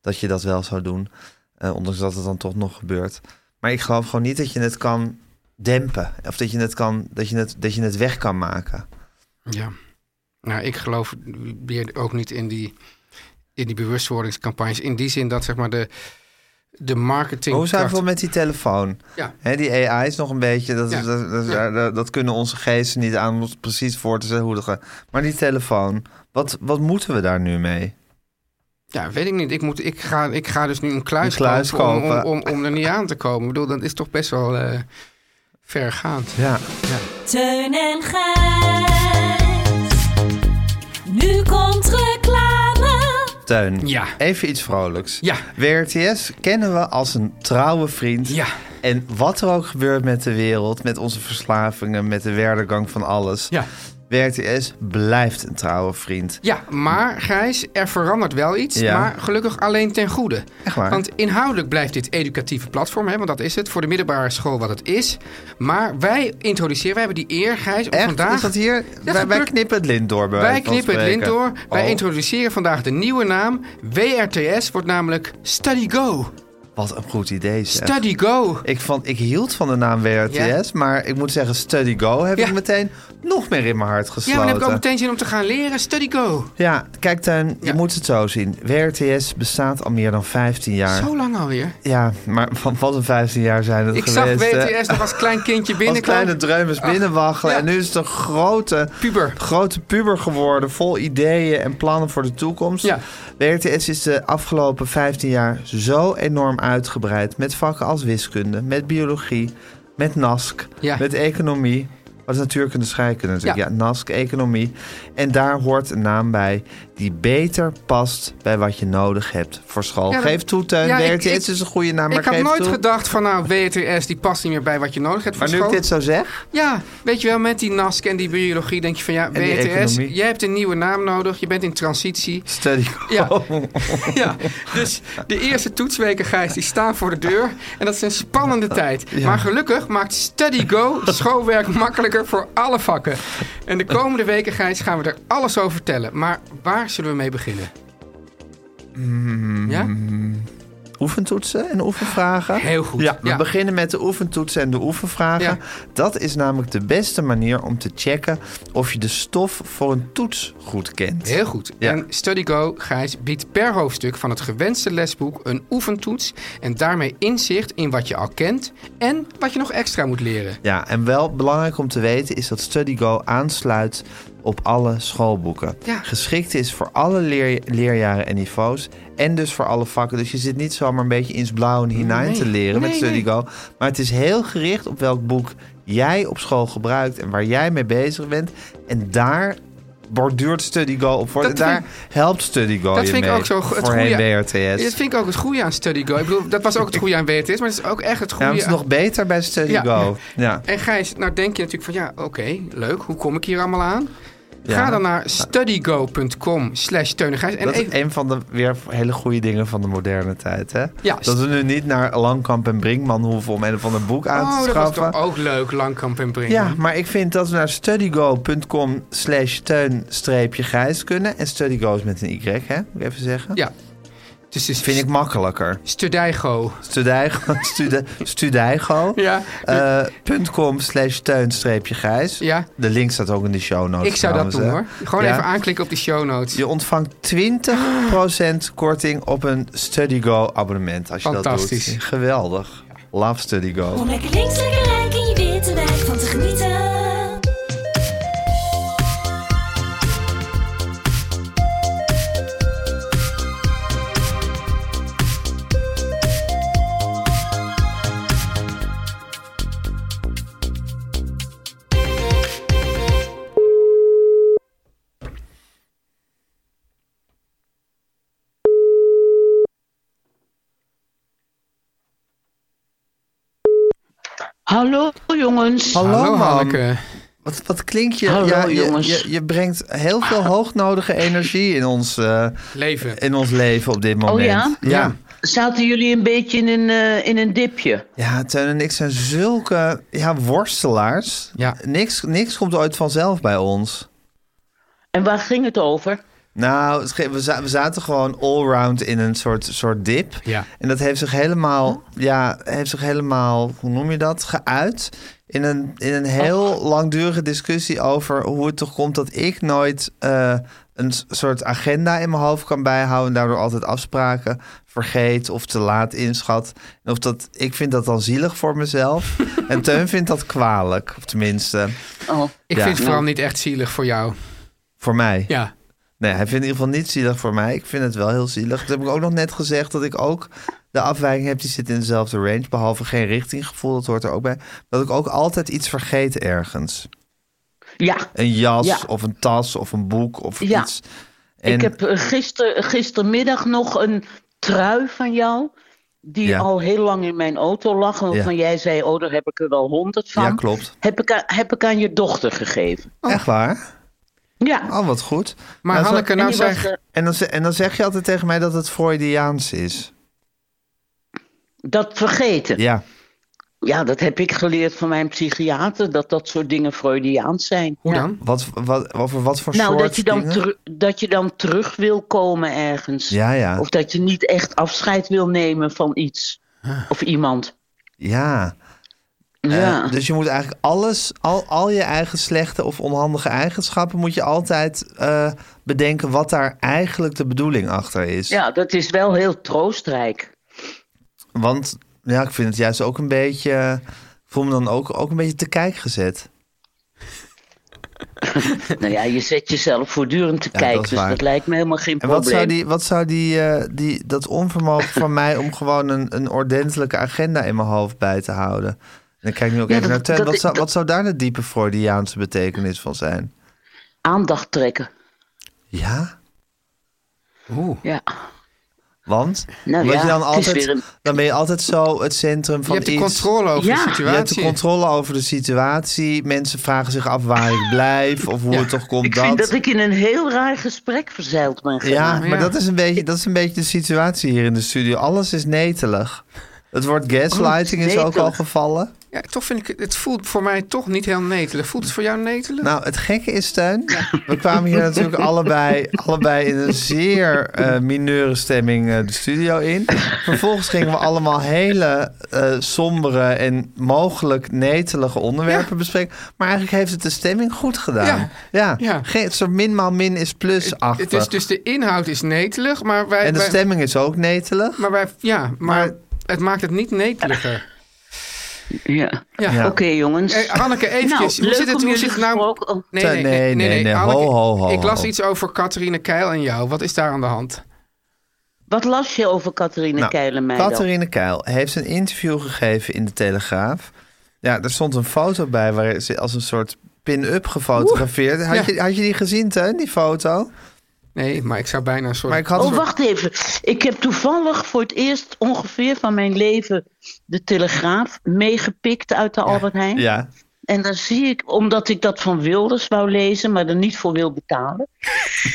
Speaker 1: Dat je dat wel zou doen. Eh, ondanks dat het dan toch nog gebeurt. Maar ik geloof gewoon niet dat je het kan dempen. Of dat je het, kan, dat je het, dat je het weg kan maken.
Speaker 2: ja. Nou, ik geloof weer ook niet in die, in die bewustwordingscampagnes. In die zin dat zeg maar de, de marketing.
Speaker 1: Maar hoe zijn we bijvoorbeeld met die telefoon?
Speaker 2: Ja.
Speaker 1: Hè, die AI is nog een beetje, dat,
Speaker 2: Ja.
Speaker 1: dat, dat, dat- dat kunnen onze geesten niet aan om ons precies voor te zetten hoe dat gaat. Maar die telefoon, wat, wat moeten we daar nu mee?
Speaker 2: Ja, weet ik niet. Ik, moet, ik, ga, ik ga dus nu een kluis,
Speaker 1: Een kluis
Speaker 2: kopen, om-
Speaker 1: kopen.
Speaker 2: Om, om, om er niet aan te komen. Ik bedoel, dat is toch best wel eh, vergaand.
Speaker 1: Ja,
Speaker 4: Teun en Gijs. Nu komt reclame.
Speaker 1: Teun,
Speaker 2: Ja.
Speaker 1: even iets vrolijks.
Speaker 2: Ja.
Speaker 1: WRTS kennen we als een trouwe vriend.
Speaker 2: Ja.
Speaker 1: En wat er ook gebeurt met de wereld, met onze verslavingen, met de werdegang van alles.
Speaker 2: Ja.
Speaker 1: WRTS blijft een trouwe vriend.
Speaker 2: Ja, maar Gijs, er verandert wel iets,
Speaker 1: Ja.
Speaker 2: maar gelukkig alleen ten goede.
Speaker 1: Echt waar?
Speaker 2: Want inhoudelijk blijft dit educatieve platform, hè, want dat is het, voor de middelbare school wat het is. Maar wij introduceren, wij hebben die eer, Gijs, om
Speaker 1: Echt?
Speaker 2: vandaag...
Speaker 1: Is dat hier? wij, wij
Speaker 2: gebeurt-
Speaker 1: knippen het lint door. bij
Speaker 2: Wij
Speaker 1: wijze van
Speaker 2: knippen het lint
Speaker 1: spreken.
Speaker 2: door. Wij
Speaker 1: Oh,
Speaker 2: introduceren vandaag de nieuwe naam. WRTS wordt namelijk Study Go.
Speaker 1: Wat een goed idee zeg.
Speaker 2: Study Go.
Speaker 1: Ik, vond, ik hield van de naam WRTS,
Speaker 2: Ja.
Speaker 1: maar ik moet zeggen, Study Go heb
Speaker 2: Ja.
Speaker 1: ik meteen nog meer in mijn hart gesloten.
Speaker 2: Ja, maar dan heb ik ook meteen zin om te gaan leren. Study Go.
Speaker 1: Ja, kijk Tuin, je
Speaker 2: Ja.
Speaker 1: moet het zo zien. WRTS bestaat al meer dan 15 jaar.
Speaker 2: Zo lang alweer.
Speaker 1: Ja, maar [laughs] van wat een 15 jaar zijn het
Speaker 2: Ik zag
Speaker 1: geweest. hè?
Speaker 2: WRTS nog als klein kindje
Speaker 1: [laughs] Als
Speaker 2: binnenkomen.
Speaker 1: kleine dreumes binnenwaggelen.
Speaker 2: ja.
Speaker 1: En nu is het een grote
Speaker 2: Puber.
Speaker 1: grote puber geworden. Vol ideeën en plannen voor de toekomst.
Speaker 2: Ja.
Speaker 1: WRTS is de afgelopen 15 jaar zo enorm uitgebreid. Met vakken als wiskunde, met biologie, met NASC,
Speaker 2: Ja.
Speaker 1: met economie. Wat is natuurkunde, scheikunde natuurlijk?
Speaker 2: Ja.
Speaker 1: Ja. NASC, economie. En daar hoort een naam bij die beter past bij wat je nodig hebt voor school.
Speaker 2: Ja, dat-
Speaker 1: geef toe, Teun.
Speaker 2: Ja, ik-
Speaker 1: WRTS
Speaker 2: ik-
Speaker 1: is een goede naam, maar
Speaker 2: ik had
Speaker 1: geef
Speaker 2: nooit
Speaker 1: toe.
Speaker 2: gedacht van nou, WTS die past niet meer bij wat je nodig hebt voor
Speaker 1: Maar nu ik
Speaker 2: school.
Speaker 1: dit zo zeg,
Speaker 2: Ja, weet je wel, met die NASC en die biologie denk je van ja,
Speaker 1: die
Speaker 2: WTS,
Speaker 1: economie.
Speaker 2: jij hebt een nieuwe naam nodig, je bent in transitie.
Speaker 1: study
Speaker 2: Ja.
Speaker 1: Oh.
Speaker 2: [laughs] ja, dus de eerste toetsweken, Gijs, die staan voor de deur. En dat is een spannende tijd. Maar gelukkig maakt Study Go schoolwerk makkelijker voor alle vakken. En de komende weken, Gijs, gaan we er alles over vertellen. Maar waar zullen we mee beginnen?
Speaker 1: Hmm.
Speaker 2: Ja?
Speaker 1: oefentoetsen en oefenvragen.
Speaker 2: Heel goed.
Speaker 1: Ja, we
Speaker 2: Ja.
Speaker 1: beginnen met de oefentoetsen en de oefenvragen.
Speaker 2: Ja.
Speaker 1: Dat is namelijk de beste manier om te checken of je de stof voor een toets goed kent.
Speaker 2: Heel goed.
Speaker 1: Ja.
Speaker 2: En StudyGo, Gijs, biedt per hoofdstuk van het gewenste lesboek een oefentoets... en daarmee inzicht in wat je al kent en wat je nog extra moet leren.
Speaker 1: Ja, en wel belangrijk om te weten is dat StudyGo aansluit op alle schoolboeken.
Speaker 2: Ja.
Speaker 1: Geschikt is voor alle leer- leerjaren en niveaus en dus voor alle vakken. Dus je zit niet zomaar een beetje in het blauw en hinein
Speaker 2: Nee.
Speaker 1: te leren met
Speaker 2: Nee,
Speaker 1: StudyGo. Maar het is heel gericht op welk boek jij op school gebruikt en waar jij mee bezig bent. En daar borduurt StudyGo op voor.
Speaker 2: Dat
Speaker 1: En daar
Speaker 2: vind-
Speaker 1: helpt StudyGo
Speaker 2: Dat
Speaker 1: je
Speaker 2: vind ik
Speaker 1: mee
Speaker 2: ook zo go- het
Speaker 1: voorheen
Speaker 2: goede-
Speaker 1: WRTS.
Speaker 2: Dat vind ik ook het goede aan StudyGo. Ik bedoel, dat was ook het goede aan WTS, maar dat is ook echt het
Speaker 1: Ja,
Speaker 2: goede
Speaker 1: maar het is
Speaker 2: aan-
Speaker 1: nog beter bij StudyGo.
Speaker 2: Ja.
Speaker 1: Ja.
Speaker 2: En Gijs, nou denk je natuurlijk van ja, oké, leuk. Hoe kom ik hier allemaal aan?
Speaker 1: Ja.
Speaker 2: Ga dan naar studygo.com slash Teun en Gijs. En
Speaker 1: dat
Speaker 2: even,
Speaker 1: is een van de weer hele goede dingen van de moderne tijd, hè?
Speaker 2: Ja,
Speaker 1: dat we nu niet naar Langkamp en Brinkman hoeven om een of ander boek aan
Speaker 2: oh,
Speaker 1: te
Speaker 2: dat was
Speaker 1: schaffen.
Speaker 2: toch ook leuk, Langkamp en Brinkman.
Speaker 1: ja, maar ik vind dat we naar studygo.com slash teun-grijs kunnen. En studygo is met een y, hè? Moet ik even zeggen.
Speaker 2: Ja. Dus het is
Speaker 1: Vind ik makkelijker.
Speaker 2: Studygo.
Speaker 1: Studygo. [laughs] stude- Studygo.
Speaker 2: Ja.
Speaker 1: eh, punt .com slash teun-grijs.
Speaker 2: Ja.
Speaker 1: De link staat ook in de show notes.
Speaker 2: Ik zou dat
Speaker 1: trouwens,
Speaker 2: doen hoor.
Speaker 1: hè.
Speaker 2: Gewoon
Speaker 1: Ja.
Speaker 2: even aanklikken op die show notes.
Speaker 1: Je ontvangt 20% korting op een StudyGo abonnement als je dat doet.
Speaker 2: Fantastisch.
Speaker 1: Geweldig. Love StudyGo.
Speaker 4: Om lekker links, lekker rijk in je witte wijk van te genieten.
Speaker 5: Hallo jongens.
Speaker 1: Hallo, mam.
Speaker 2: Hanneke.
Speaker 1: Wat, wat klink je?
Speaker 5: Hallo,
Speaker 1: ja, je-
Speaker 5: jongens.
Speaker 1: Je, je, brengt heel veel hoognodige energie in ons, eh,
Speaker 2: Leven.
Speaker 1: in ons leven op dit moment.
Speaker 5: Oh ja?
Speaker 1: Ja,
Speaker 5: Zaten jullie een beetje in een, eh, in een dipje?
Speaker 1: ja Teun en ik zijn zulke ja, worstelaars.
Speaker 2: Ja.
Speaker 1: Niks, niks komt ooit vanzelf bij ons.
Speaker 5: En waar ging het over?
Speaker 1: Nou, het ge- we za- we zaten gewoon allround in een soort, soort dip.
Speaker 2: Ja.
Speaker 1: En dat heeft zich helemaal, ja, heeft zich helemaal, hoe noem je dat, geuit. In een, in een heel langdurige discussie over hoe het toch komt dat ik nooit eh, een s- soort agenda in mijn hoofd kan bijhouden. En daardoor altijd afspraken vergeet of te laat inschat. En of dat, ik vind dat dan zielig voor mezelf. en Teun vindt dat kwalijk, of tenminste
Speaker 5: Oh.
Speaker 2: Ik
Speaker 1: Ja.
Speaker 2: vind het vooral
Speaker 5: Nou.
Speaker 2: niet echt zielig voor jou.
Speaker 1: voor mij.
Speaker 2: Ja.
Speaker 1: Nee, hij vindt in ieder geval niet zielig voor mij. Ik vind het wel heel zielig. Dat heb ik ook nog net gezegd dat ik ook de afwijking heb. Die zit in dezelfde range. Behalve geen richtinggevoel, dat hoort er ook bij. Dat ik ook altijd iets vergeet ergens.
Speaker 5: Ja,
Speaker 1: Een jas
Speaker 5: Ja.
Speaker 1: of een tas of een boek of
Speaker 5: Ja.
Speaker 1: iets. En
Speaker 5: ik heb eh, gister, gistermiddag nog een trui van jou. Die
Speaker 1: Ja.
Speaker 5: al heel lang in mijn auto lag. En
Speaker 1: Ja.
Speaker 5: waarvan jij zei, oh daar heb ik er wel honderd van.
Speaker 1: Ja, klopt.
Speaker 5: Heb ik, aan, heb ik aan je dochter gegeven.
Speaker 1: Echt waar?
Speaker 5: Ja.
Speaker 1: Oh, wat goed.
Speaker 2: Maar
Speaker 1: Nou, zo-
Speaker 2: Hanneke,
Speaker 5: En
Speaker 2: nou
Speaker 5: die was,
Speaker 2: zeg...
Speaker 5: eh,
Speaker 1: En dan, ze- en dan zeg je altijd tegen mij dat het Freudiaans is.
Speaker 5: dat vergeten. Ja.
Speaker 1: Ja.
Speaker 5: dat heb ik geleerd van mijn psychiater. Dat dat soort dingen Freudiaans zijn.
Speaker 2: Hoe
Speaker 5: Ja.
Speaker 2: dan?
Speaker 1: Wat, wat, over wat voor
Speaker 5: Nou,
Speaker 1: soort
Speaker 5: dat je, dan
Speaker 1: dingen?
Speaker 5: teru- dat je dan terug wil komen ergens.
Speaker 1: Ja, ja.
Speaker 5: Of dat je niet echt afscheid wil nemen van iets
Speaker 1: Ah.
Speaker 5: of iemand.
Speaker 1: Ja.
Speaker 5: Ja.
Speaker 1: Eh, dus je moet eigenlijk alles, al, al je eigen slechte of onhandige eigenschappen, moet je altijd eh, bedenken wat daar eigenlijk de bedoeling achter is.
Speaker 5: ja, dat is wel heel troostrijk.
Speaker 1: [laughs] Want ja, ik vind het juist ook een beetje, ik voel me dan ook, ook een beetje te kijk gezet.
Speaker 5: nou ja, je zet jezelf voortdurend te
Speaker 1: Ja,
Speaker 5: kijken.
Speaker 1: dat is
Speaker 5: dus
Speaker 1: waar.
Speaker 5: dat lijkt me helemaal geen
Speaker 1: En
Speaker 5: probleem.
Speaker 1: wat zou, die, wat zou die, eh, die, [laughs] dat onvermogen van mij om gewoon een, een ordentelijke agenda in mijn hoofd bij te houden? dan kijk ik nu ook
Speaker 5: Ja,
Speaker 1: even
Speaker 5: dat-
Speaker 1: naar Teun.
Speaker 5: dat-
Speaker 1: Wat, zou,
Speaker 5: dat-
Speaker 1: wat zou daar de diepe Freudiaanse betekenis van zijn?
Speaker 5: Aandacht trekken.
Speaker 1: Ja? Oeh.
Speaker 5: Ja.
Speaker 1: Want?
Speaker 5: Nou
Speaker 1: Omdat
Speaker 5: ja,
Speaker 1: je dan,
Speaker 5: het is
Speaker 1: altijd,
Speaker 5: weer een-
Speaker 1: dan ben je altijd zo het centrum
Speaker 2: Je
Speaker 1: van
Speaker 2: hebt de
Speaker 1: iets.
Speaker 2: controle over
Speaker 5: Ja.
Speaker 2: de
Speaker 1: Je hebt
Speaker 2: situatie.
Speaker 1: de controle over de situatie. Mensen vragen zich af waar ik blijf of hoe het toch komt
Speaker 5: Ik vind dat ik in een heel raar gesprek verzeild ben
Speaker 1: Ja,
Speaker 5: geraakt.
Speaker 1: maar dat is, een beetje, dat is een beetje de situatie hier in de studio. Alles is netelig. Het woord gaslighting is ook al
Speaker 5: netelig.
Speaker 1: gevallen.
Speaker 2: Ja, toch vind ik, het- het voelt voor mij toch niet heel netelig. Voelt het voor jou netelig?
Speaker 1: Nou, het gekke is, Teun. We kwamen hier natuurlijk allebei, allebei in een zeer eh mineure stemming eh, de studio in. Vervolgens gingen we allemaal hele eh, sombere en mogelijk netelige onderwerpen bespreken. Maar eigenlijk heeft het de stemming goed gedaan.
Speaker 2: Ja.
Speaker 1: Ja,
Speaker 2: Ja.
Speaker 1: Ge- zo min maal min is plus achter.
Speaker 2: het is, dus de inhoud is netelig, maar wij...
Speaker 1: en de
Speaker 2: wij-
Speaker 1: stemming is ook netelig.
Speaker 2: maar wij ja, maar,
Speaker 1: Maar-
Speaker 2: het maakt het niet
Speaker 1: [laughs]
Speaker 2: neteliger.
Speaker 5: Ja.
Speaker 2: Ja.
Speaker 1: Ja.
Speaker 5: Oké, jongens.
Speaker 2: Eh, Hanneke, eventjes.
Speaker 5: Nou,
Speaker 2: hoe zit
Speaker 5: leuk
Speaker 2: het,
Speaker 5: om
Speaker 2: hoe
Speaker 5: jullie
Speaker 2: zit het nou...
Speaker 5: gesproken. Oh,
Speaker 1: Nee, nee, nee, nee. Ho, ho, ho,
Speaker 2: ik las
Speaker 1: ho.
Speaker 2: iets over Catharine Keil en jou. Wat is daar aan de hand?
Speaker 5: Wat las je over Catharine
Speaker 1: Nou,
Speaker 5: Keilenmeij dan?
Speaker 1: Catharine Keil heeft een interview gegeven in de Telegraaf. Ja, er stond een foto bij waar ze als een soort pin-up gefotografeerd. Had,
Speaker 2: Ja.
Speaker 1: je, had je die gezien, Teun, die foto?
Speaker 2: Nee, maar ik zou bijna een soort...
Speaker 1: Maar ik had
Speaker 5: Oh, wacht even. Ik heb toevallig voor het eerst ongeveer van mijn leven de Telegraaf meegepikt uit de Albert Heijn.
Speaker 1: Ja,
Speaker 5: En dan zie ik, omdat ik dat van Wilders wou lezen, maar er niet voor wil
Speaker 1: [laughs]
Speaker 5: betalen.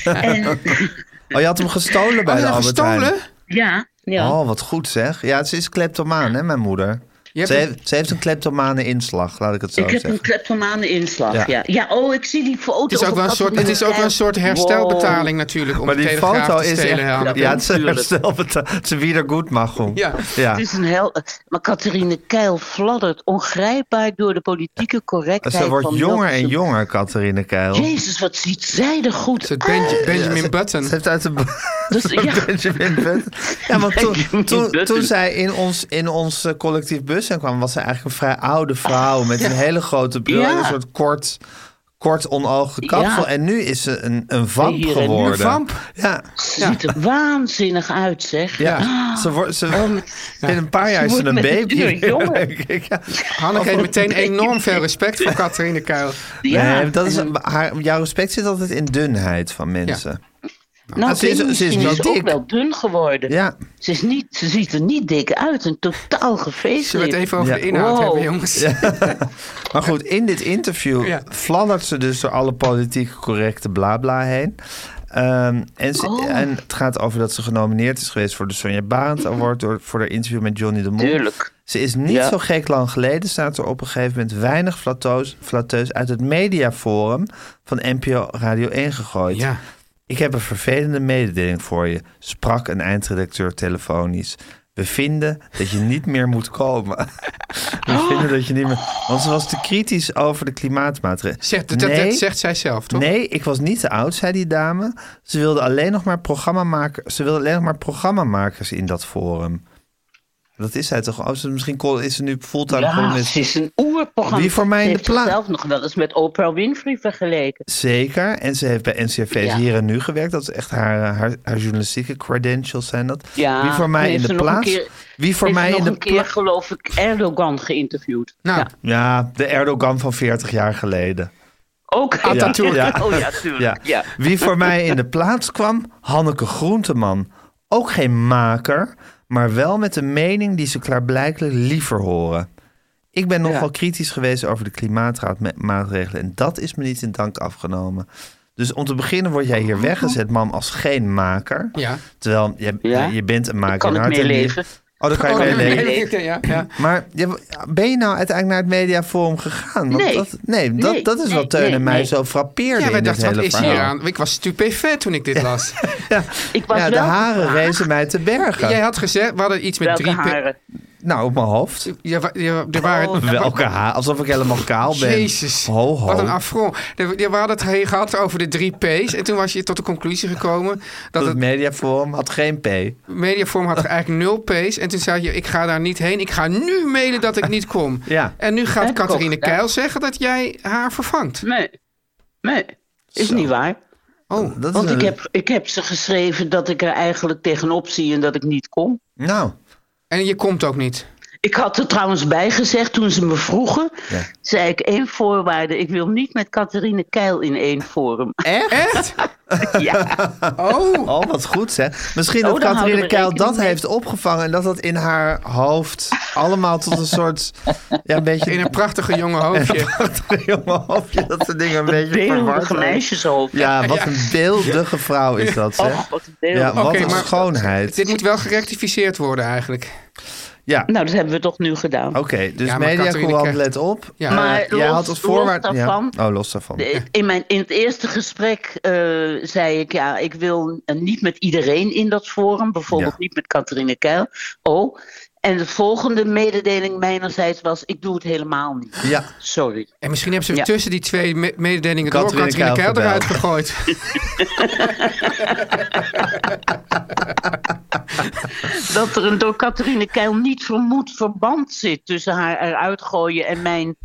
Speaker 5: en,
Speaker 1: oh, je had hem gestolen bij
Speaker 2: Oh,
Speaker 1: de
Speaker 2: ja,
Speaker 1: Albert
Speaker 2: gestolen?
Speaker 1: Heijn.
Speaker 5: ja, ja.
Speaker 1: Oh, wat goed zeg. Ja, ze is kleptomaan, hè, mijn moeder.
Speaker 2: Je hebt
Speaker 1: Ze
Speaker 2: een-
Speaker 1: heeft, ze heeft een kleptomane inslag, laat ik het zo
Speaker 5: ik heb
Speaker 1: zeggen.
Speaker 5: een kleptomane inslag,
Speaker 1: Ja.
Speaker 5: ja. ja. oh, ik zie die foto.
Speaker 2: Het is ook wel een soort, het is ook wel een soort herstelbetaling natuurlijk om
Speaker 1: Maar
Speaker 2: de
Speaker 1: die
Speaker 2: telegraaf
Speaker 1: foto
Speaker 2: te
Speaker 1: is
Speaker 2: stelen.
Speaker 1: echt...
Speaker 2: Hanneke.
Speaker 1: Ja, het is een
Speaker 5: Natuurlijk.
Speaker 1: herstelbeta- het is een wiedergoedmachung.
Speaker 2: Ja.
Speaker 1: ja.
Speaker 5: Het is een hel... Maar Catharine Keil fladdert ongrijpbaar door de politieke correctheid
Speaker 1: Ze wordt
Speaker 5: van
Speaker 1: jonger en
Speaker 5: Wilson.
Speaker 1: jonger, Catharine Keil.
Speaker 5: Jezus, wat ziet zij er goed
Speaker 2: Het Benj- Benjamin Button.
Speaker 1: Ze heeft uit de...
Speaker 5: Dus,
Speaker 1: [laughs]
Speaker 5: ja.
Speaker 1: Benjamin Button. Ja, want toen,
Speaker 5: Benjamin
Speaker 1: toen,
Speaker 5: Button.
Speaker 1: toen zij in ons, in ons eh, collectief bus kwam, was ze eigenlijk een vrij oude vrouw met een hele grote bril en
Speaker 5: Ja.
Speaker 1: een soort kort, kort onoogde kapsel.
Speaker 5: Ja.
Speaker 1: En nu is ze een, een vamp
Speaker 5: Hier en nu
Speaker 1: geworden.
Speaker 2: vamp.
Speaker 1: Ja,
Speaker 5: Ze ziet er waanzinnig uit, zeg. Ah,
Speaker 1: ja. Nou, Ze wordt, ze, in een paar jaar is ze
Speaker 5: Oh, wordt
Speaker 1: een
Speaker 5: met
Speaker 1: baby. [laughs]
Speaker 5: een uur jonger.
Speaker 1: denk ik, ja.
Speaker 2: Hanneke heeft meteen enorm veel respect voor Catharine Keil.
Speaker 5: Ja,
Speaker 1: Nee, dat is,
Speaker 5: en-
Speaker 1: haar, jouw respect zit altijd in dunheid van mensen.
Speaker 5: nou,
Speaker 1: ze is-
Speaker 5: Benny
Speaker 1: ze is
Speaker 5: misschien
Speaker 1: wel dik.
Speaker 5: ook wel dun geworden.
Speaker 1: Ja.
Speaker 5: Ze, is niet, ze ziet er niet dik uit. Een totaal gefeest.
Speaker 2: Zullen we het even over de inhoud
Speaker 5: Wow.
Speaker 2: hebben, jongens?
Speaker 1: Maar goed, in dit interview
Speaker 2: Ja.
Speaker 1: fladdert ze dus door alle politiek correcte blabla heen. Ehm, en, ze- en het gaat over dat ze genomineerd is geweest voor de Sonja Barend Award... Door, voor haar interview met Johnny de Mol.
Speaker 5: Tuurlijk.
Speaker 1: Ze is niet zo gek lang geleden, staat er op een gegeven moment... weinig flatteus, flatteus uit het mediaforum van NPO Radio 1 gegooid.
Speaker 2: [laughs] Ja.
Speaker 1: Ik heb een vervelende mededeling voor je, sprak een eindredacteur telefonisch. We vinden dat je niet meer moet komen.
Speaker 2: Oh.
Speaker 1: We vinden dat je niet meer. Want ze was te kritisch over de klimaatmaatregelen.
Speaker 2: Zegt, dat, dat- dat zegt zij zelf, toch?
Speaker 1: Nee, ik was niet te oud, zei die dame. Ze wilde alleen nog maar, programmamaker, ze wilde alleen nog maar programmamakers in dat forum. Dat is zij toch? Oh, ze, misschien kon- is ze nu fulltime
Speaker 5: Ja,
Speaker 1: columnist.
Speaker 5: ze is een oerprogramma.
Speaker 1: Wie voor mij in
Speaker 5: Ze
Speaker 1: de
Speaker 5: heeft
Speaker 1: plaat?
Speaker 5: zichzelf nog wel eens met Oprah Winfrey vergeleken.
Speaker 1: Zeker. En ze heeft bij NCRV
Speaker 5: Ja.
Speaker 1: hier en nu gewerkt. Dat is echt haar, eh, haar, haar journalistieke credentials zijn dat.
Speaker 5: Ja,
Speaker 1: Wie voor mij
Speaker 5: heeft
Speaker 1: in de
Speaker 5: ze nog een
Speaker 1: plaats.
Speaker 5: keer-
Speaker 1: Wie voor
Speaker 5: Heeft
Speaker 1: mij
Speaker 5: nog
Speaker 1: in de
Speaker 5: een keer,
Speaker 1: plaats.
Speaker 5: geloof ik, Erdogan geïnterviewd.
Speaker 2: Nou,
Speaker 5: ja.
Speaker 1: Ja, de Erdogan van 40 jaar geleden.
Speaker 5: Ook
Speaker 1: Atatürk. Ja.
Speaker 5: Oh ja, tuurlijk.
Speaker 1: Ja.
Speaker 5: Ja.
Speaker 1: Wie voor mij in de plaats kwam? Hanneke Groenteman. Ook geen maker, maar wel met een mening die ze klaarblijkelijk liever horen. Ik ben nogal kritisch geweest over de klimaatmaatregelen en dat is me niet in dank afgenomen. Dus om te beginnen word jij
Speaker 5: Oh.
Speaker 1: hier weggezet, mam, als geen maker.
Speaker 2: Ja.
Speaker 1: Terwijl je,
Speaker 5: Ja.
Speaker 1: je bent een maker.
Speaker 5: kan
Speaker 1: in
Speaker 5: ik
Speaker 1: hart
Speaker 5: mee
Speaker 1: en nieren.
Speaker 5: leven.
Speaker 1: Oh, daar kan je
Speaker 2: Oh,
Speaker 1: mee
Speaker 2: nee,
Speaker 1: leven.
Speaker 2: nee, nee, ja, ja.
Speaker 1: Maar je- ben je nou uiteindelijk naar het mediaforum gegaan? Want
Speaker 5: Nee.
Speaker 1: Dat, nee, dat,
Speaker 5: Nee,
Speaker 1: dat is
Speaker 5: nee,
Speaker 1: wat Teun en
Speaker 5: nee,
Speaker 1: mij
Speaker 5: nee.
Speaker 1: zo frappeerde
Speaker 2: Ja, wij
Speaker 1: in dit
Speaker 2: dachten, wat
Speaker 1: hele
Speaker 2: is
Speaker 1: verhaal.
Speaker 2: hier aan? Ik was stupéfait toen ik dit las.
Speaker 5: Ik was
Speaker 1: ja, de
Speaker 5: wel
Speaker 1: haren
Speaker 5: gevraagd.
Speaker 1: rezen mij te bergen.
Speaker 2: Jij had gezegd, we hadden iets met
Speaker 5: Welke
Speaker 2: drie... pe-
Speaker 5: haren?
Speaker 1: Nou, op mijn hoofd.
Speaker 2: Ja, wa- ja, er waren...
Speaker 5: Oh,
Speaker 1: Welke haar? Alsof ik helemaal kaal Oh, ben.
Speaker 2: Jezus,
Speaker 1: Ho, ho.
Speaker 2: wat een affront. De- ja, We hadden het he- gehad over de drie P's. En toen was je tot de conclusie gekomen dat
Speaker 1: Dat
Speaker 2: het
Speaker 1: het mediaforum had geen P.
Speaker 5: Oh,
Speaker 2: mediaforum
Speaker 1: [laughs]
Speaker 2: had eigenlijk nul P's. En toen zei je, ik ga daar niet heen. Ik ga nu mailen dat ik niet kom.
Speaker 1: Ja.
Speaker 2: En nu gaat
Speaker 5: Heb ik ook
Speaker 2: Catharine
Speaker 5: gedaan.
Speaker 2: Keil zeggen dat jij haar vervangt.
Speaker 5: Nee, nee. Is niet waar.
Speaker 2: Oh,
Speaker 1: Dat is
Speaker 5: Want ik
Speaker 1: een-
Speaker 5: heb, ik heb ze geschreven dat ik er eigenlijk tegenop zie en dat ik niet kom.
Speaker 1: Nou,
Speaker 2: en je komt ook niet.
Speaker 5: Ik had er trouwens bij gezegd toen ze me vroegen.
Speaker 1: Ja.
Speaker 5: zei ik één voorwaarde. Ik wil niet met Catharine Keil in één forum.
Speaker 2: Echt?
Speaker 5: ja,
Speaker 2: Oh.
Speaker 1: Oh, wat goed zeg. Misschien
Speaker 5: Oh,
Speaker 1: dat
Speaker 5: dan houden
Speaker 1: Catharine
Speaker 5: we
Speaker 1: Keil
Speaker 5: rekening
Speaker 1: dat
Speaker 5: mee.
Speaker 1: heeft opgevangen... en dat dat in haar hoofd allemaal tot een soort... ja, een
Speaker 5: [laughs]
Speaker 1: beetje
Speaker 2: In een prachtige
Speaker 1: [laughs]
Speaker 2: jonge hoofdje.
Speaker 1: prachtig [laughs] jonge hoofdje... dat ze dingen een beetje verward
Speaker 5: beeldige
Speaker 1: zijn.
Speaker 5: meisjeshoofd.
Speaker 1: Ja, wat een beeldige vrouw is dat, zeg.
Speaker 5: Och, Oh, wat een beeld.
Speaker 1: Ja, wat
Speaker 2: Oké,
Speaker 1: een
Speaker 2: maar-
Speaker 1: schoonheid.
Speaker 2: Dit moet wel gerectificeerd worden eigenlijk.
Speaker 1: Ja,
Speaker 5: Nou, dat hebben we toch nu gedaan.
Speaker 1: oké. dus
Speaker 2: Ja, maar
Speaker 1: media
Speaker 2: Catharine
Speaker 1: Courant,
Speaker 2: krijgt-
Speaker 1: let op.
Speaker 2: Ja.
Speaker 1: Eh,
Speaker 5: Maar
Speaker 1: jij
Speaker 5: los-
Speaker 1: had als voorwaard...
Speaker 5: los
Speaker 1: ja.
Speaker 5: daarvan-
Speaker 1: Oh, los daarvan.
Speaker 5: De- In, mijn, in het eerste gesprek eh, zei ik, ja, ik wil eh, niet met iedereen in dat forum, bijvoorbeeld
Speaker 1: Ja.
Speaker 5: niet met Catharine Keil. Oh, en de volgende mededeling mijnerzijds was, ik doe het helemaal niet.
Speaker 1: Ja,
Speaker 5: Sorry.
Speaker 2: En misschien hebben ze
Speaker 5: Ja.
Speaker 2: tussen die twee me- mededelingen door
Speaker 1: Catharine
Speaker 2: Catharine
Speaker 1: Keil
Speaker 2: Keil eruit
Speaker 1: gebeld.
Speaker 2: gegooid.
Speaker 1: [laughs]
Speaker 5: Dat er een door Catharine Keil niet vermoed verband zit tussen haar eruit gooien en mijn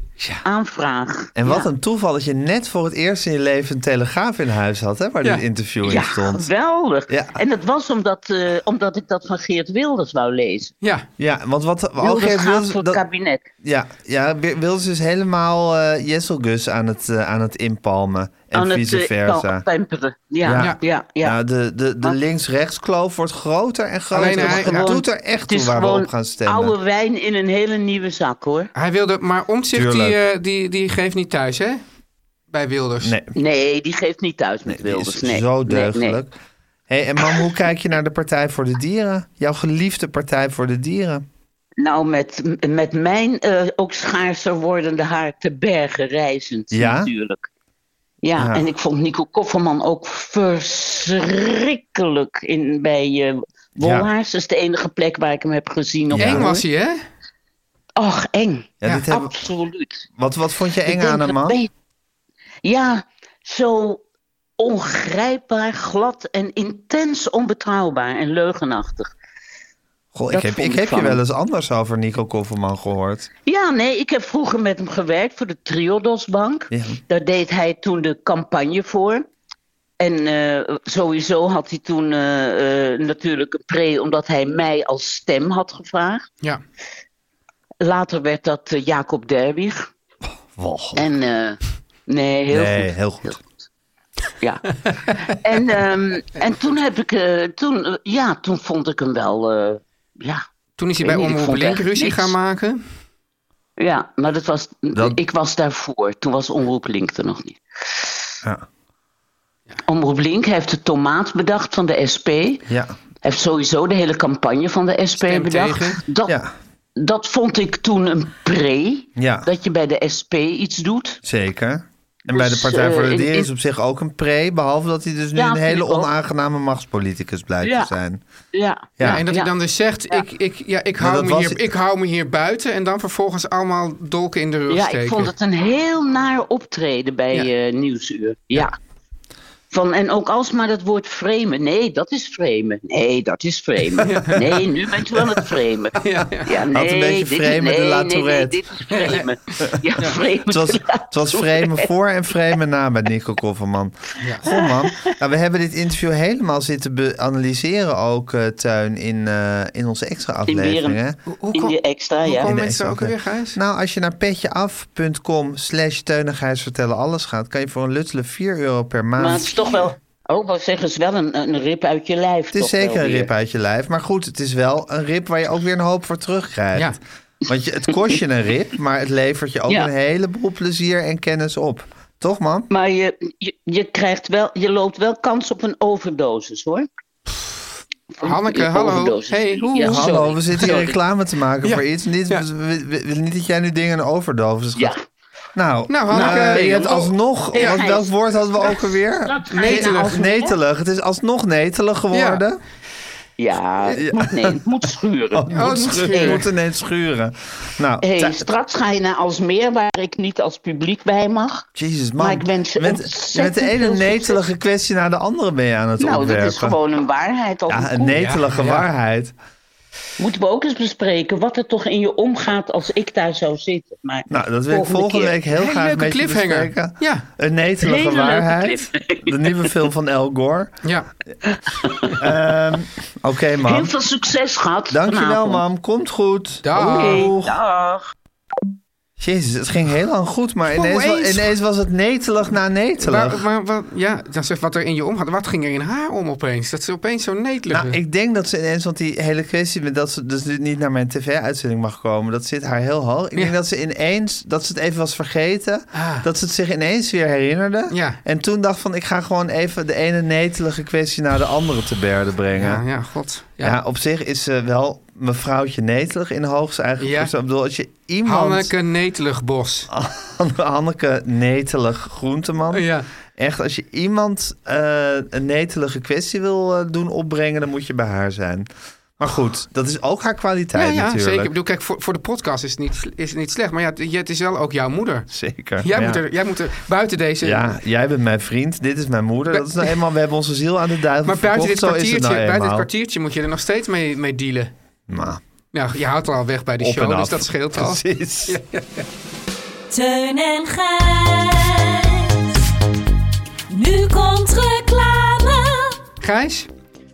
Speaker 5: aanvraag.
Speaker 1: en wat
Speaker 5: Ja.
Speaker 1: een toeval dat je net voor het eerst in je leven een telegraaf in huis had, hè, waar
Speaker 2: Ja.
Speaker 1: dit interview in
Speaker 5: Ja,
Speaker 1: stond.
Speaker 5: geweldig.
Speaker 1: Ja.
Speaker 5: En dat was omdat, eh, omdat ik dat van Geert Wilders wou lezen.
Speaker 2: Ja.
Speaker 1: Ja, want wat ook
Speaker 5: Wilders
Speaker 1: heeft
Speaker 5: gaat
Speaker 1: Oh, Wilders,
Speaker 5: voor het
Speaker 1: dat,
Speaker 5: kabinet.
Speaker 1: ja, ja, Wi- Wilders is helemaal eh Jesselgus aan het, eh, aan het inpalmen en
Speaker 5: aan het
Speaker 1: vice
Speaker 5: eh,
Speaker 1: versa.
Speaker 5: kan pemperen. Ja,
Speaker 1: Ja. Nou,
Speaker 5: ja, ja. ja,
Speaker 1: Ja, de, de, de links-rechts kloof wordt groter en groter.
Speaker 2: Alleen hij-
Speaker 1: het
Speaker 2: ja.
Speaker 1: doet er echt toe waar we op gaan stemmen.
Speaker 5: oude wijn in een hele nieuwe zak, hoor.
Speaker 2: Hij wilde, maar Omtzigt die,
Speaker 1: Tuurlijk.
Speaker 2: eh, die, die geeft niet thuis, hè? Bij Wilders.
Speaker 1: Nee,
Speaker 5: Nee, die geeft niet thuis met
Speaker 1: die
Speaker 5: Wilders.
Speaker 1: is
Speaker 5: dus Nee,
Speaker 1: zo
Speaker 5: nee, nee.
Speaker 1: deugdelijk. Hey, en mam, hoe kijk je naar de Partij voor de Dieren? Jouw geliefde Partij voor de Dieren.
Speaker 5: Nou, met, met mijn eh, ook schaarser wordende haar te bergen reizend
Speaker 1: Ja?
Speaker 5: natuurlijk. Ja,
Speaker 1: Ja.
Speaker 5: en ik vond Nico Kofferman ook verschrikkelijk in, bij eh Wolhaars. Dat is de enige plek waar ik hem heb gezien. op
Speaker 1: Ja.
Speaker 2: Eng
Speaker 5: aarde.
Speaker 2: was hij, hè?
Speaker 5: Och, eng.
Speaker 1: Ja,
Speaker 2: Ja,
Speaker 1: dit hebben,
Speaker 5: Absoluut.
Speaker 1: wat, wat vond je
Speaker 5: Ik
Speaker 1: eng
Speaker 5: denk
Speaker 1: aan hem,
Speaker 5: dat
Speaker 1: man?
Speaker 5: weet- Ja, zo ongrijpbaar, glad en intens onbetrouwbaar en leugenachtig.
Speaker 1: Goh, ik
Speaker 5: dat
Speaker 1: heb,
Speaker 5: vond
Speaker 1: ik
Speaker 5: ik
Speaker 1: heb je
Speaker 5: van
Speaker 1: wel
Speaker 5: hem.
Speaker 1: eens anders over Nico Kofferman gehoord.
Speaker 5: Ja, nee, ik heb vroeger met hem gewerkt voor de Triodosbank.
Speaker 1: Ja.
Speaker 5: Daar deed hij toen de campagne voor. En eh, sowieso had hij toen eh, eh, natuurlijk een pre, omdat hij mij als stem had gevraagd.
Speaker 2: Ja.
Speaker 5: Later werd dat eh, Jacob Derwig.
Speaker 1: Walgelijk.
Speaker 5: En eh, nee, heel
Speaker 1: nee,
Speaker 5: goed.
Speaker 1: heel goed.
Speaker 5: Ja. [laughs] en, ehm, en toen heb ik, eh, toen, eh, ja, toen vond ik hem wel, eh, ja.
Speaker 2: Toen is hij
Speaker 5: Ik
Speaker 2: bij
Speaker 5: weet niet, ik
Speaker 2: Omroep
Speaker 5: vond
Speaker 2: Link
Speaker 5: echt
Speaker 2: ruzie
Speaker 5: niks.
Speaker 2: gaan maken.
Speaker 5: Ja, maar dat was,
Speaker 1: Dat-
Speaker 5: ik was daarvoor. Toen was Omroep Link er nog niet.
Speaker 1: Ja.
Speaker 5: Omroep Link heeft de tomaat bedacht van de SP.
Speaker 1: Ja.
Speaker 5: Heeft sowieso de hele campagne van de SP
Speaker 2: Stem
Speaker 5: bedacht.
Speaker 2: tegen.
Speaker 5: Dat,
Speaker 1: ja,
Speaker 5: dat vond ik toen een pre.
Speaker 1: Ja.
Speaker 5: Dat je bij de SP iets doet.
Speaker 1: zeker. En bij de
Speaker 5: Dus,
Speaker 1: Partij voor
Speaker 5: eh,
Speaker 1: de
Speaker 5: in-
Speaker 1: Dieren is
Speaker 5: in-
Speaker 1: op zich ook een pre... behalve dat hij dus nu
Speaker 5: Ja,
Speaker 1: een
Speaker 5: vind
Speaker 1: hele
Speaker 5: ik ook.
Speaker 1: onaangename machtspoliticus blijkt
Speaker 5: Ja.
Speaker 1: te zijn.
Speaker 5: Ja.
Speaker 1: Ja,
Speaker 2: Ja, en dat hij dan dus zegt, ik, ik, ja, ik, hou
Speaker 1: dat
Speaker 2: me
Speaker 1: was
Speaker 2: hier,
Speaker 1: het.
Speaker 2: ik hou me hier buiten. En dan vervolgens allemaal dolken in de rug
Speaker 5: Ja,
Speaker 2: steken.
Speaker 5: ik vond het een heel naar optreden bij
Speaker 2: Ja.
Speaker 5: eh, Nieuwsuur. Ja. Van, en ook alsmaar dat woord framen. Nee, dat is framen. Nee, dat is framen. Nee, nu bent u aan het framen.
Speaker 2: [laughs] Ja, ja.
Speaker 5: Ja, nee,
Speaker 1: Had een beetje
Speaker 5: dit is-
Speaker 1: framen de
Speaker 5: nee,
Speaker 1: La
Speaker 5: nee, nee,
Speaker 1: Tourette.
Speaker 5: dit is framen. Ja, framen
Speaker 1: Het was,
Speaker 5: [laughs] de La
Speaker 1: het was framen voor en framen na bij Nico Kofferman. Goh man, nou, we hebben dit interview helemaal zitten be- analyseren ook, eh, Tuin, in, eh, in onze extra
Speaker 5: In
Speaker 1: aflevering.
Speaker 5: Beren.
Speaker 1: hè?
Speaker 2: Hoe
Speaker 5: In
Speaker 2: kom-
Speaker 5: die extra,
Speaker 2: hoe
Speaker 5: ja.
Speaker 2: komen
Speaker 1: In de
Speaker 2: mensen
Speaker 1: extra
Speaker 2: ook alweer,
Speaker 1: aflevering.
Speaker 2: Gijs?
Speaker 1: Nou, als je naar petjeaf.com slash Teun en Gijs vertellen alles gaat... kan je voor een luttele 4 euro per maand...
Speaker 5: Maar het is toch wel... Oh, wat zeggen ze wel een, een rip uit je lijf.
Speaker 1: Het is
Speaker 5: toch wel
Speaker 1: zeker een
Speaker 5: weer.
Speaker 1: rip uit je lijf. Maar goed, het is wel een rip waar je ook weer een hoop voor terugkrijgt.
Speaker 2: Ja.
Speaker 1: Want je, het kost je een rip, maar het levert je ook
Speaker 5: Ja.
Speaker 1: een heleboel plezier en kennis op. Toch, man?
Speaker 5: Maar je, je, je, krijgt wel, je loopt wel kans op een overdosis, hoor.
Speaker 2: Hanneke,
Speaker 5: Je
Speaker 2: hallo.
Speaker 5: overdosis.
Speaker 2: Hey, hoe-
Speaker 5: Ja,
Speaker 2: hoe-
Speaker 1: Hallo,
Speaker 5: sorry.
Speaker 1: we zitten hier
Speaker 5: Sorry.
Speaker 1: reclame te maken
Speaker 2: Ja.
Speaker 1: voor iets. Niet,
Speaker 2: Ja.
Speaker 1: we, we- we willen niet dat jij nu dingen een overdosis gaat.
Speaker 5: Ja.
Speaker 1: Nou,
Speaker 2: Nou, Hanneke,
Speaker 1: eh, je
Speaker 2: nee,
Speaker 1: hebt
Speaker 2: oh.
Speaker 1: alsnog...
Speaker 5: Ja.
Speaker 1: want welk woord hadden we ook alweer?
Speaker 5: Dat ga je
Speaker 2: Netelig.
Speaker 5: nou als-
Speaker 1: Netelig. Het is alsnog netelig geworden.
Speaker 5: Ja, het moet, nee, het moet schuren.
Speaker 2: Oh, het moet
Speaker 1: We
Speaker 2: schuren.
Speaker 1: moeten ineens schuren. Nou,
Speaker 5: Hey,
Speaker 1: Tuin-
Speaker 5: straks ga je naar Alsmeer, waar ik niet als publiek bij mag.
Speaker 1: Jezus, man.
Speaker 5: Maar ik wens je
Speaker 1: met,
Speaker 5: ontzettend
Speaker 1: met de ene
Speaker 5: veel succes.
Speaker 1: netelige kwestie naar de andere ben je aan het
Speaker 5: nou,
Speaker 1: ontwerpen.
Speaker 5: dat is gewoon een waarheid. Als
Speaker 1: Ja,
Speaker 5: een
Speaker 1: een
Speaker 5: koe.
Speaker 1: netelige
Speaker 2: Ja, ja.
Speaker 1: waarheid.
Speaker 5: Moeten we ook eens bespreken wat er toch in je omgaat als ik daar zou zitten. Maar
Speaker 1: Nou, dat wil ik volgende
Speaker 5: keer.
Speaker 1: week heel
Speaker 2: Hele
Speaker 1: graag
Speaker 2: leuke
Speaker 1: met je
Speaker 2: cliffhanger.
Speaker 1: bespreken.
Speaker 2: Ja.
Speaker 1: Een netelige
Speaker 5: Hele leuke
Speaker 1: waarheid. De nieuwe film van El Gore.
Speaker 2: Ja,
Speaker 1: Ehm, [laughs] Oké,
Speaker 5: Heel
Speaker 1: mam.
Speaker 5: veel succes gehad.
Speaker 1: Dankjewel,
Speaker 5: vanavond.
Speaker 1: mam. Komt goed.
Speaker 2: Dag.
Speaker 1: Doeg.
Speaker 5: Dag.
Speaker 1: Jezus, het ging heel lang goed, maar
Speaker 2: Wow,
Speaker 1: ineens, wa-
Speaker 2: eens.
Speaker 1: ineens was het netelig na netelig.
Speaker 2: maar, maar wat, ja, dan zeg wat er in je omgaat. Wat ging er in haar om opeens? Dat ze opeens zo netelig.
Speaker 1: Nou, ik denk dat ze ineens, want die hele kwestie met dat ze dus nu niet naar mijn tv-uitzending mag komen, dat zit haar heel hoog. Ik
Speaker 2: Ja.
Speaker 1: denk dat ze ineens, dat ze het even was vergeten,
Speaker 2: Ah.
Speaker 1: dat ze het zich ineens weer herinnerde.
Speaker 2: Ja.
Speaker 1: En toen dacht van, ik ga gewoon even de ene netelige kwestie naar de andere te berden brengen.
Speaker 2: ja,
Speaker 1: Ja,
Speaker 2: ja, god. Ja.
Speaker 1: op zich is ze wel mevrouwtje netelig in hoogste eigen
Speaker 2: Ja.
Speaker 1: ja. Ik bedoel, als je iemand...
Speaker 2: Hanneke Neteligbos.
Speaker 1: Hanneke netelig groenteman.
Speaker 2: Ja.
Speaker 1: Echt, als je iemand eh, een netelige kwestie wil eh, doen opbrengen, dan moet je bij haar zijn. Maar goed, dat is ook haar
Speaker 2: Ja,
Speaker 1: kwaliteit
Speaker 2: ja
Speaker 1: natuurlijk.
Speaker 2: zeker. Ik bedoel, kijk, voor, voor de podcast is het niet, is het niet slecht. Maar ja, het- het is wel ook jouw moeder.
Speaker 1: Zeker.
Speaker 2: Jij,
Speaker 1: ja.
Speaker 2: moet, er, jij moet er buiten deze...
Speaker 1: Ja, jij bent mijn vriend, dit is mijn moeder. Dat is nou eenmaal, we hebben onze ziel aan de duivel
Speaker 2: Maar buiten dit,
Speaker 1: verkocht, zo is
Speaker 2: kwartiertje,
Speaker 1: het nou
Speaker 2: buiten dit
Speaker 1: eenmaal.
Speaker 2: kwartiertje moet je er nog steeds mee, mee dealen.
Speaker 1: Nou,
Speaker 2: Nou, je houdt er al weg bij de
Speaker 1: op en
Speaker 2: show,
Speaker 1: af.
Speaker 2: dus dat
Speaker 1: [laughs]
Speaker 2: scheelt al.
Speaker 1: Precies.
Speaker 4: Teun en Gijs. Nu komt reclame.
Speaker 2: Gijs,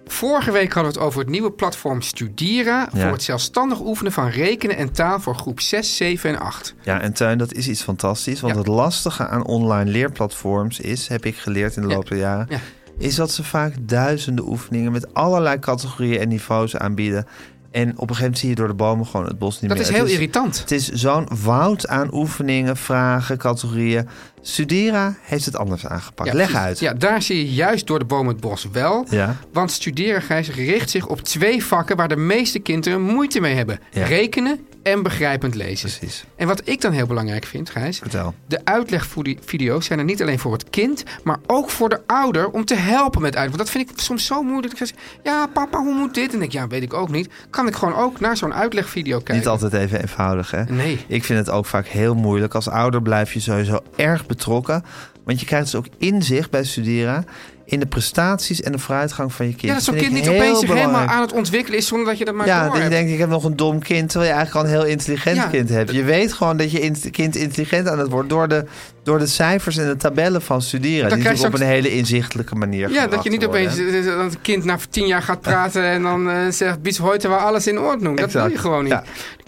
Speaker 2: vorige week hadden we het over het nieuwe platform Studira...
Speaker 1: Ja.
Speaker 2: voor het zelfstandig oefenen van rekenen en taal voor groep 6, 7 en 8.
Speaker 1: Ja, en Tuin, dat is iets fantastisch. Want
Speaker 2: Ja.
Speaker 1: het lastige aan online leerplatforms is, heb ik geleerd in de
Speaker 2: Ja.
Speaker 1: loop der jaren...
Speaker 2: Ja.
Speaker 1: is dat ze vaak duizenden oefeningen met allerlei categorieën en niveaus aanbieden. En op een gegeven moment zie je door de bomen gewoon het bos niet
Speaker 2: Dat
Speaker 1: meer.
Speaker 2: is heel
Speaker 1: Het
Speaker 2: irritant.
Speaker 1: Het is zo'n woud aan oefeningen, vragen, categorieën. Studera heeft het anders aangepakt.
Speaker 2: Ja,
Speaker 1: Leg
Speaker 2: precies.
Speaker 1: uit.
Speaker 2: Ja, daar zie je juist door de boom het bos wel.
Speaker 1: Ja.
Speaker 2: Want studeren, Gijs, richt zich op twee vakken waar de meeste kinderen moeite mee hebben.
Speaker 1: Ja.
Speaker 2: Rekenen en begrijpend lezen.
Speaker 1: Precies.
Speaker 2: En wat ik dan heel belangrijk vind, Gijs...
Speaker 1: Vertel.
Speaker 2: De uitlegvideo's zijn er niet alleen voor het kind, maar ook voor de ouder om te helpen met uit. Want dat vind ik soms zo moeilijk. Ik zeg, ja, papa, hoe moet dit? En dan denk ik, ja, weet ik ook niet. Kan ik gewoon ook naar zo'n uitlegvideo kijken?
Speaker 1: Niet altijd even eenvoudig, hè?
Speaker 2: Nee.
Speaker 1: Ik vind het ook vaak heel moeilijk. Als ouder blijf je sowieso erg betrokken. Want je krijgt dus ook inzicht bij studeren in de prestaties en de vooruitgang van je kind.
Speaker 2: Ja, dat zo'n
Speaker 1: vind
Speaker 2: kind
Speaker 1: ik
Speaker 2: niet
Speaker 1: heel
Speaker 2: opeens zich helemaal
Speaker 1: belangrijk.
Speaker 2: aan het ontwikkelen is zonder dat je dat maar
Speaker 1: Ja,
Speaker 2: ja,
Speaker 1: dat je
Speaker 2: doorhebt.
Speaker 1: denkt, ik heb nog een dom kind, terwijl je eigenlijk al een heel intelligent
Speaker 2: Ja.
Speaker 1: kind hebt. Je weet gewoon dat je in- kind intelligent aan het wordt door de, door de cijfers en de tabellen van studeren. die
Speaker 2: Dan krijg je
Speaker 1: natuurlijk op een hele inzichtelijke manier
Speaker 2: Ja, dat
Speaker 1: gebracht
Speaker 2: je niet
Speaker 1: worden,
Speaker 2: opeens
Speaker 1: hè.
Speaker 2: eh, dat het kind na tien jaar gaat praten en dan eh, zegt Bies Hoyte waar alles in orde noemt. Dat
Speaker 1: Exact,
Speaker 2: wil je gewoon niet.
Speaker 1: ja.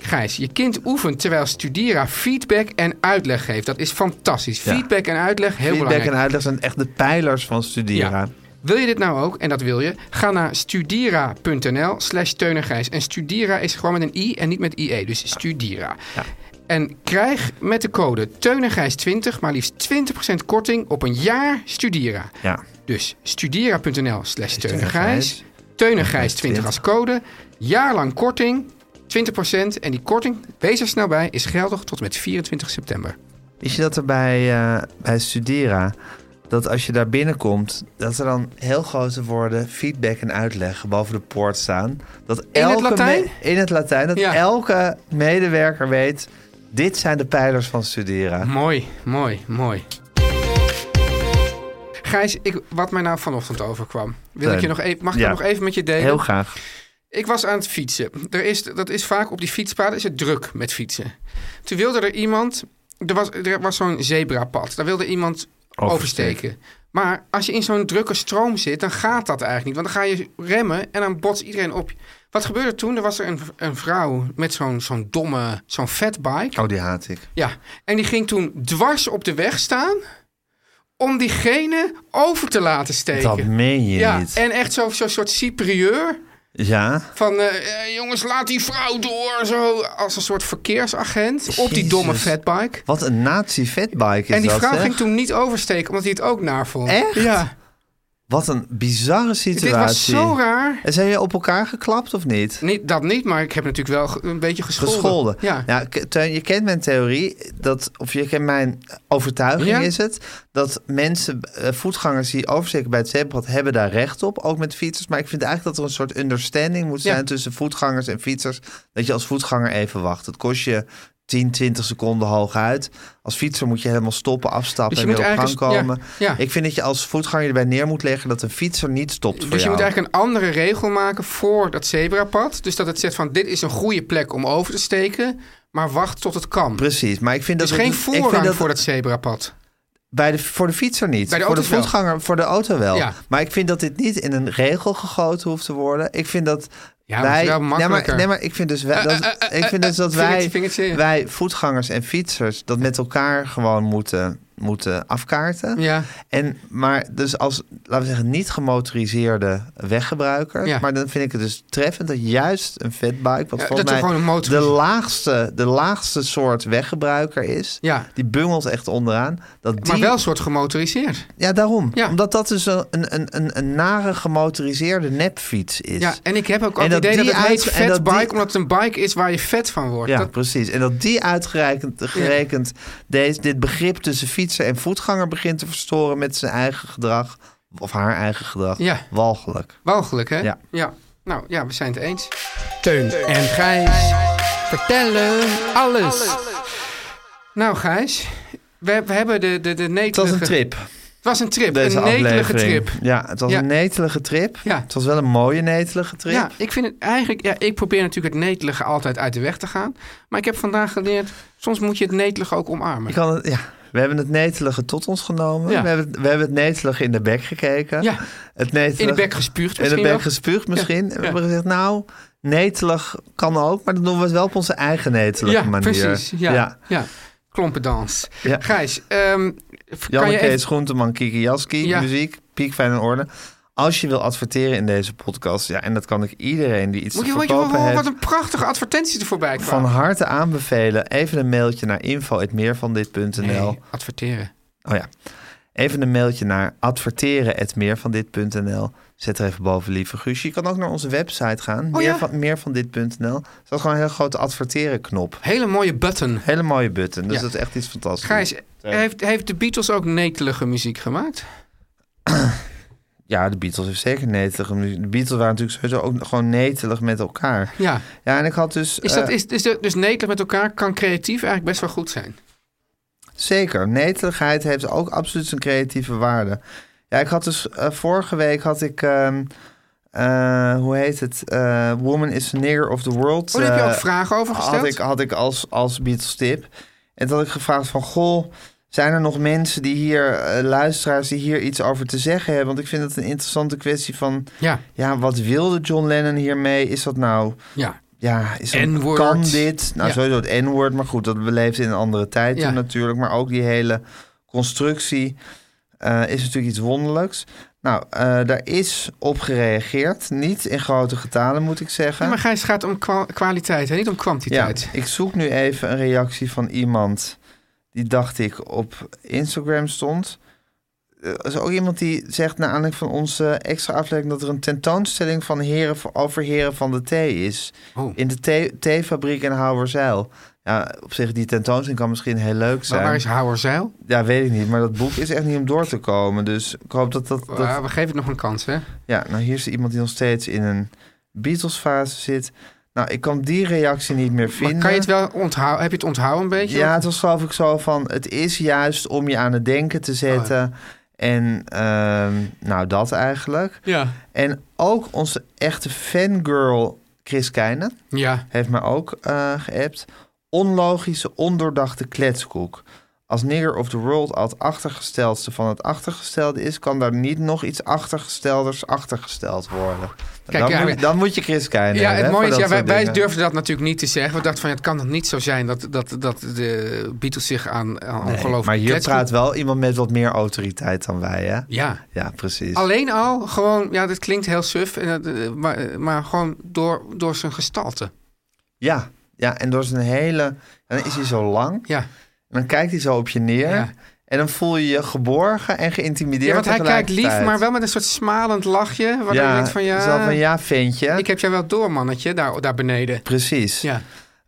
Speaker 2: Gijs, je kind oefent terwijl Studera feedback en uitleg geeft. Dat is fantastisch.
Speaker 1: Ja.
Speaker 2: Feedback en uitleg, heel
Speaker 1: Feedback
Speaker 2: belangrijk.
Speaker 1: en uitleg zijn echt de pijlers van studeren.
Speaker 2: Ja. Wil je dit nou ook? En dat wil je. Ga naar studira.nl slash Teun en Gijs. En Studira is gewoon met een i en niet met ie. Dus Studira. En krijg met de code TEUNENGRIJS20 maar liefst 20% korting op een jaar Studira.
Speaker 1: Ja.
Speaker 2: Dus studera.nl slash Teun en Gijs.
Speaker 1: Gijs.
Speaker 2: Teun en Gijs 20 als code. Jaarlang korting, 20%. En die korting, wees er snel bij, is geldig tot en met 24 september.
Speaker 1: Is je dat er bij, eh bij Studera, dat als je daar binnenkomt, dat er dan heel grote woorden feedback en uitleg boven de poort staan? Dat
Speaker 2: het
Speaker 1: elke
Speaker 2: Latijn?
Speaker 1: me- in het Latijn, dat
Speaker 2: Ja.
Speaker 1: elke medewerker weet, dit zijn de pijlers van Studera.
Speaker 2: Mooi, mooi, mooi. Gijs, ik, wat mij nou vanochtend overkwam. Wil ik
Speaker 1: Teun.
Speaker 2: je nog even, mag ik
Speaker 1: Ja.
Speaker 2: dat nog even met je delen?
Speaker 1: Heel graag.
Speaker 2: Ik was aan het fietsen. Er is, dat is vaak op die fietspaden is het druk met fietsen. Toen wilde er iemand... Er was, er was zo'n zebrapad. Daar wilde iemand oversteken.
Speaker 1: Oversteken.
Speaker 2: Maar als je in zo'n drukke stroom zit, dan gaat dat eigenlijk niet. Want dan ga je remmen en dan botst iedereen op. je. Wat gebeurde er toen? Er was er een, een vrouw met zo'n zo'n domme, zo'n fatbike.
Speaker 1: Oh, die haat ik.
Speaker 2: Ja, en die ging toen dwars op de weg staan om diegene over te laten steken.
Speaker 1: Dat meen je
Speaker 2: ja,
Speaker 1: niet.
Speaker 2: en echt zo- zo'n soort superieur
Speaker 1: Ja?
Speaker 2: van eh, eh, jongens laat die vrouw door, zo als een soort verkeersagent op die domme
Speaker 1: Jezus.
Speaker 2: fatbike.
Speaker 1: Wat een nazi fatbike is
Speaker 2: En die
Speaker 1: dat,
Speaker 2: vrouw
Speaker 1: zeg.
Speaker 2: ging toen niet oversteken omdat hij het ook naar vond.
Speaker 1: Echt?
Speaker 2: Ja.
Speaker 1: Wat een bizarre situatie.
Speaker 2: Dit was zo raar.
Speaker 1: En zijn jullie op elkaar geklapt of niet?
Speaker 2: Niet, dat niet, maar ik heb natuurlijk wel ge- een beetje gescholden.
Speaker 1: gescholden.
Speaker 2: Ja.
Speaker 1: Ja, K- Teun, je kent mijn theorie, dat, of je kent mijn overtuiging
Speaker 2: Ja.
Speaker 1: is het, dat mensen, eh, voetgangers die oversteken bij het zebrapad, hebben daar recht op, ook met fietsers. Maar ik vind eigenlijk dat er een soort understanding moet
Speaker 2: Ja.
Speaker 1: zijn tussen voetgangers en fietsers, dat je als voetganger even wacht. Het kost je 10, 20 seconden hooguit. Als fietser moet je helemaal stoppen, afstappen
Speaker 2: Dus je
Speaker 1: en weer op
Speaker 2: moet
Speaker 1: gang
Speaker 2: eigenlijk eens-
Speaker 1: komen.
Speaker 2: ja, ja.
Speaker 1: Ik vind dat je als voetganger erbij neer moet leggen dat een fietser niet stopt voor
Speaker 2: Dus je
Speaker 1: jou.
Speaker 2: moet eigenlijk een andere regel maken voor dat zebrapad. Dus dat het zegt van dit is een goede plek om over te steken, maar wacht tot het kan.
Speaker 1: Precies, maar ik vind
Speaker 2: Dus
Speaker 1: dat...
Speaker 2: geen
Speaker 1: het- ik vind
Speaker 2: voorrang
Speaker 1: dat
Speaker 2: voor dat zebrapad.
Speaker 1: Bij de, voor de fietser niet.
Speaker 2: Bij de
Speaker 1: voor de
Speaker 2: auto's wel.
Speaker 1: voetganger, voor de auto wel.
Speaker 2: Ja.
Speaker 1: Maar ik vind dat dit niet in een regel gegoten hoeft te worden. Ik vind dat
Speaker 2: Ja, maar het
Speaker 1: wij.
Speaker 2: is wel
Speaker 1: nee, maar,
Speaker 2: makkelijker.
Speaker 1: nee, maar ik vind dus, wij, dat, ik vind dus dat
Speaker 2: eh,
Speaker 1: wij,
Speaker 2: vingertje, vingertje.
Speaker 1: wij voetgangers en fietsers dat met elkaar gewoon moeten, moeten afkaarten.
Speaker 2: Ja.
Speaker 1: En, maar dus als, laten we zeggen, niet gemotoriseerde weggebruikers.
Speaker 2: Ja.
Speaker 1: Maar dan vind ik het dus treffend dat juist een fatbike, wat
Speaker 2: Ja,
Speaker 1: volgens
Speaker 2: dat er
Speaker 1: mij
Speaker 2: gewoon een motor
Speaker 1: de,
Speaker 2: is.
Speaker 1: laagste, de laagste soort weggebruiker is.
Speaker 2: Ja.
Speaker 1: Die bungelt echt onderaan. Dat die,
Speaker 2: Maar wel een soort gemotoriseerd.
Speaker 1: Ja, daarom.
Speaker 2: Ja.
Speaker 1: Omdat dat dus een, een, een, een nare gemotoriseerde nepfiets is.
Speaker 2: Ja, en ik heb ook al
Speaker 1: En
Speaker 2: het
Speaker 1: dat
Speaker 2: idee
Speaker 1: die
Speaker 2: dat het heet
Speaker 1: uit- en dat
Speaker 2: fatbike,
Speaker 1: die-
Speaker 2: omdat het een bike is waar je vet van wordt.
Speaker 1: Ja,
Speaker 2: Dat-
Speaker 1: precies. En dat die uitgerekend gerekend deze, dit begrip tussen fietser en voetganger begint te verstoren met zijn eigen gedrag. Of haar eigen gedrag.
Speaker 2: Ja.
Speaker 1: Walgelijk.
Speaker 2: Walgelijk, hè?
Speaker 1: Ja.
Speaker 2: Nou ja, we zijn het eens.
Speaker 3: Teun en Gijs vertellen alles.
Speaker 2: Nou, Gijs, we, we hebben de, de, de
Speaker 1: Het was
Speaker 2: netelige...
Speaker 1: een trip,
Speaker 2: Het was een trip,
Speaker 1: deze
Speaker 2: een
Speaker 1: aflevering.
Speaker 2: netelige trip.
Speaker 1: Ja, het was
Speaker 2: Ja.
Speaker 1: een netelige trip.
Speaker 2: Ja.
Speaker 1: Het was wel een mooie netelige trip.
Speaker 2: Ja, ik vind het eigenlijk... Ja, ik probeer natuurlijk het netelige altijd uit de weg te gaan. Maar ik heb vandaag geleerd, soms moet je het netelige ook omarmen.
Speaker 1: Je kan het, ja. We hebben het netelige tot ons genomen.
Speaker 2: Ja.
Speaker 1: We, hebben, het- we hebben het netelige in de bek gekeken.
Speaker 2: Ja.
Speaker 1: Het netelige,
Speaker 2: In de bek gespuugd
Speaker 1: En dan
Speaker 2: misschien
Speaker 1: ben ik
Speaker 2: nog.
Speaker 1: gespuugd misschien. En we
Speaker 2: ja.
Speaker 1: hebben gezegd, nou, netelig kan ook, maar dan doen we het wel op onze eigen netelige
Speaker 2: Ja,
Speaker 1: manier.
Speaker 2: precies. Ja, ja.
Speaker 1: ja.
Speaker 2: Klompendans.
Speaker 1: Ja.
Speaker 2: Gijs, ehm, kan
Speaker 1: Janneke
Speaker 2: je even...
Speaker 1: Kees Groenteman, Kiki Jaski,
Speaker 2: Ja.
Speaker 1: muziek, piek, fijn en orde. Als je wil adverteren in deze podcast, ja, en dat kan ik iedereen die iets
Speaker 2: Moet
Speaker 1: te
Speaker 2: je, moet je,
Speaker 1: verkopen
Speaker 2: wat
Speaker 1: heeft,
Speaker 2: een prachtige advertentie er voorbij kwam.
Speaker 1: van harte aanbevelen. Even een mailtje naar info.meervandit.nl.
Speaker 2: Nee, adverteren.
Speaker 1: Oh ja. Even een mailtje naar adverteren.meervandit.nl. Zet er even boven lieve Guus. Je kan ook naar onze website gaan.
Speaker 2: Oh ja?
Speaker 1: meer van, meervandit.nl. Er staat gewoon een hele grote adverteren knop.
Speaker 2: Hele mooie button.
Speaker 1: Hele mooie button. Dus
Speaker 2: Ja.
Speaker 1: dat is echt iets fantastisch.
Speaker 2: Gijs, heeft, heeft de Beatles ook netelige muziek gemaakt?
Speaker 1: Ja, de Beatles heeft zeker netelig. muziek. De Beatles waren natuurlijk sowieso ook gewoon netelig met elkaar.
Speaker 2: Ja.
Speaker 1: Ja, en ik had dus...
Speaker 2: Is dat,
Speaker 1: eh,
Speaker 2: is, is de, dus netelig met elkaar kan creatief eigenlijk best wel goed zijn. Oh,
Speaker 1: Zeker. Neteligheid heeft ook absoluut zijn creatieve waarde. Ja, ik had dus eh, vorige week had ik. ehm, eh, hoe heet het? eh, Woman is the Nigger of the World.
Speaker 2: Oh, daar heb je
Speaker 1: eh,
Speaker 2: ook vragen over
Speaker 1: had
Speaker 2: gesteld?
Speaker 1: ik, had ik als, als Beatles tip. En toen had ik gevraagd van, goh, zijn er nog mensen die hier, eh, luisteraars, die hier iets over te zeggen hebben? Want ik vind het een interessante kwestie van,
Speaker 2: Ja.
Speaker 1: ja, wat wilde John Lennon hiermee? Is dat nou
Speaker 2: Ja.
Speaker 1: ja, is dat-
Speaker 2: N-woord.
Speaker 1: kan dit? Nou,
Speaker 2: Ja.
Speaker 1: sowieso het N-woord, maar goed, dat leefde in een andere tijd
Speaker 2: Ja.
Speaker 1: toen natuurlijk. Maar ook die hele constructie eh, is natuurlijk iets wonderlijks. Nou, eh, daar is op gereageerd. Niet in grote getalen, moet ik zeggen.
Speaker 2: Ja, maar Gijs, het gaat om kwa- kwaliteit en niet om
Speaker 1: Ja,
Speaker 2: kwantiteit.
Speaker 1: ik zoek nu even een reactie van iemand die dacht ik op Instagram stond. Er is ook iemand die zegt naar aanleiding van onze extra aflevering dat er een tentoonstelling van heren over heren van de thee is
Speaker 2: Oh.
Speaker 1: in de thee- theefabriek in Houwerzeil. Ja, op zich die tentoonstelling kan misschien heel leuk
Speaker 2: Maar
Speaker 1: zijn.
Speaker 2: waar is Houwerzeil?
Speaker 1: Ja, weet ik niet, maar dat boek is echt niet om door te komen. Dus ik hoop dat dat, dat
Speaker 2: Ah, we geven het nog een kans, hè?
Speaker 1: ja, nou hier is iemand die nog steeds in een Beatles fase zit. Nou, ik kan die reactie niet meer vinden.
Speaker 2: Maar kan je het wel onthouden? Heb je het onthouden een beetje?
Speaker 1: Ja, het was geloof ik zo van... het is juist om je aan het denken te zetten.
Speaker 2: Oh.
Speaker 1: En ehm, nou, dat eigenlijk.
Speaker 2: Ja.
Speaker 1: En ook onze echte fangirl Chris Keijnen...
Speaker 2: Ja.
Speaker 1: heeft mij ook eh geappt. Onlogische, ondoordachte kletskoek. Als nigger of the world al het achtergesteldste van het achtergestelde is... kan daar niet nog iets achtergestelders achtergesteld worden.
Speaker 2: Kijk,
Speaker 1: dan,
Speaker 2: ja,
Speaker 1: moet, dan moet je Chris Keijnen
Speaker 2: Ja,
Speaker 1: hebben,
Speaker 2: het
Speaker 1: eh, hè,
Speaker 2: mooie
Speaker 1: voor
Speaker 2: is,
Speaker 1: dat
Speaker 2: ja, wij,
Speaker 1: soort
Speaker 2: wij
Speaker 1: dingen.
Speaker 2: durfden dat natuurlijk niet te zeggen. We dachten van, ja, het kan toch niet zo zijn dat, dat, dat de Beatles zich aan, aan
Speaker 1: Nee,
Speaker 2: ongelooflijk...
Speaker 1: maar hier praat wel iemand met wat meer autoriteit dan wij, hè?
Speaker 2: Ja.
Speaker 1: Ja, precies.
Speaker 2: Alleen al gewoon, ja, dat klinkt heel suf, en dat, eh, maar, eh, maar gewoon door, door zijn gestalte.
Speaker 1: Ja, ja, en door zijn hele. Dan is hij zo lang.
Speaker 2: Ja.
Speaker 1: En dan kijkt hij zo op je neer.
Speaker 2: Ja.
Speaker 1: En dan voel je je geborgen en geïntimideerd.
Speaker 2: Ja, want hij kijkt lief,
Speaker 1: tegelijkertijd.
Speaker 2: maar wel met een soort smalend lachje. Waar je denkt van ja,
Speaker 1: Zo van ja, ventje.
Speaker 2: ik heb jou wel door, mannetje, daar, daar beneden.
Speaker 1: Precies.
Speaker 2: Ja.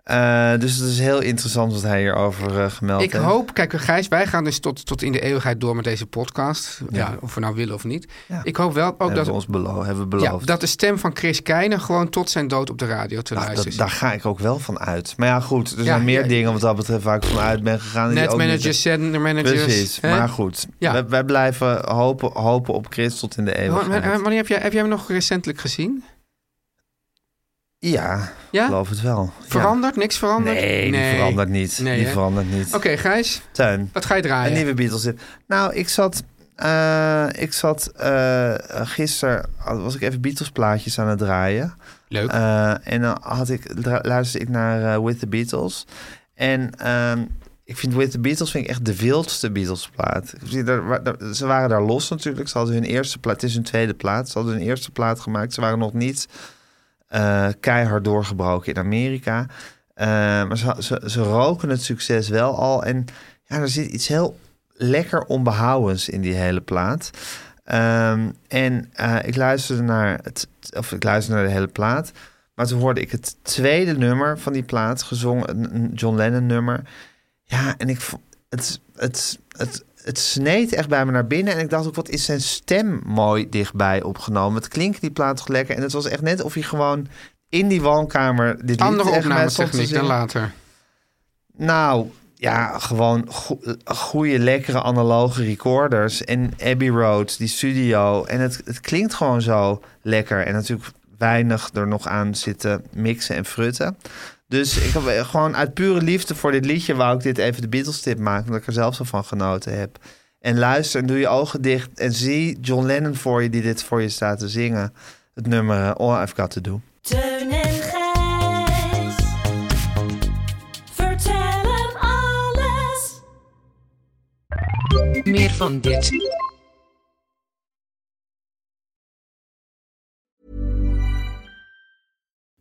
Speaker 1: Eh, dus het is heel interessant wat hij hierover eh, gemeld
Speaker 2: Ik
Speaker 1: heeft.
Speaker 2: hoop, kijk Gijs, wij gaan dus tot, tot in de eeuwigheid door met deze podcast. Ja. of we nou willen of niet.
Speaker 1: Ja.
Speaker 2: Ik hoop wel ook
Speaker 1: hebben
Speaker 2: dat,
Speaker 1: we ons belo hebben we
Speaker 2: ja,
Speaker 1: beloofd.
Speaker 2: dat de stem van Chris Keijnen gewoon tot zijn dood op de radio te
Speaker 1: Nou,
Speaker 2: luisteren
Speaker 1: dat-
Speaker 2: is.
Speaker 1: daar ga ik ook wel van uit. Maar ja, goed, er
Speaker 2: Ja,
Speaker 1: zijn meer
Speaker 2: ja.
Speaker 1: dingen wat dat betreft waar ik van uit ben gegaan. die ook niet-
Speaker 2: Netmanagers, zender managers.
Speaker 1: Precies,
Speaker 2: hè?
Speaker 1: maar goed.
Speaker 2: Ja.
Speaker 1: Wij, wij blijven hopen, hopen op Chris tot in de
Speaker 2: Wa-
Speaker 1: eeuwigheid.
Speaker 2: wa- eh, Wanneer heb jij, heb jij hem nog recentelijk gezien?
Speaker 1: ja,
Speaker 2: Ja?
Speaker 1: geloof het wel. Ja.
Speaker 2: Veranderd? Niks veranderd?
Speaker 1: Nee, die verandert niet.
Speaker 2: Nee,
Speaker 1: die
Speaker 2: hè?
Speaker 1: verandert niet.
Speaker 2: Oké, Gijs,
Speaker 1: Tuin,
Speaker 2: wat ga je draaien?
Speaker 1: een nieuwe Beatles tip. Nou, ik zat, eh, ik zat eh, gisteren, was ik even Beatles plaatjes aan het draaien.
Speaker 2: Leuk.
Speaker 1: Eh, en dan had ik, dra- luisterde ik naar eh, With the Beatles. En ehm, ik vind With the Beatles vind ik echt de wildste Beatles plaat. Ik zie daar- waar- daar- Ze waren daar los natuurlijk. Ze hadden hun eerste plaat, het is hun tweede plaat. Ze hadden hun eerste plaat gemaakt. Ze waren nog niet eh, keihard doorgebroken in Amerika. Eh, maar ze, ze, ze roken het succes wel al. En ja, er zit iets heel lekker onbehoudens in die hele plaat. Ehm, en eh, ik luisterde naar het, of ik luisterde naar de hele plaat. Maar toen hoorde ik het tweede nummer van die plaat gezongen, een- een John Lennon nummer. Ja, en ik vo- het, het, het, het sneed echt bij me naar binnen. En ik dacht ook, wat is zijn stem mooi dichtbij opgenomen. Het klinkt die plaat toch lekker. En het was echt net of hij gewoon in die woonkamer dit
Speaker 2: Andere
Speaker 1: lied echt mij stond te
Speaker 2: opnametechniek dan
Speaker 1: zingen.
Speaker 2: later.
Speaker 1: Nou, ja, gewoon go- goede, lekkere analoge recorders. En Abbey Road, die studio. En het, het klinkt gewoon zo lekker. En natuurlijk weinig er nog aan zitten mixen en frutten. Dus ik heb eh, gewoon uit pure liefde voor dit liedje... wou ik dit even de Beatles-tip maken... omdat ik er zelf zo van genoten heb. En luister en doe je ogen dicht... en zie John Lennon voor je die dit voor je staat te zingen. Het nummer eh, All I've Got To Do.
Speaker 4: Teun en Gijs. Vertel hem alles.
Speaker 6: Meer van dit.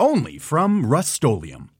Speaker 7: Only from Rust-Oleum.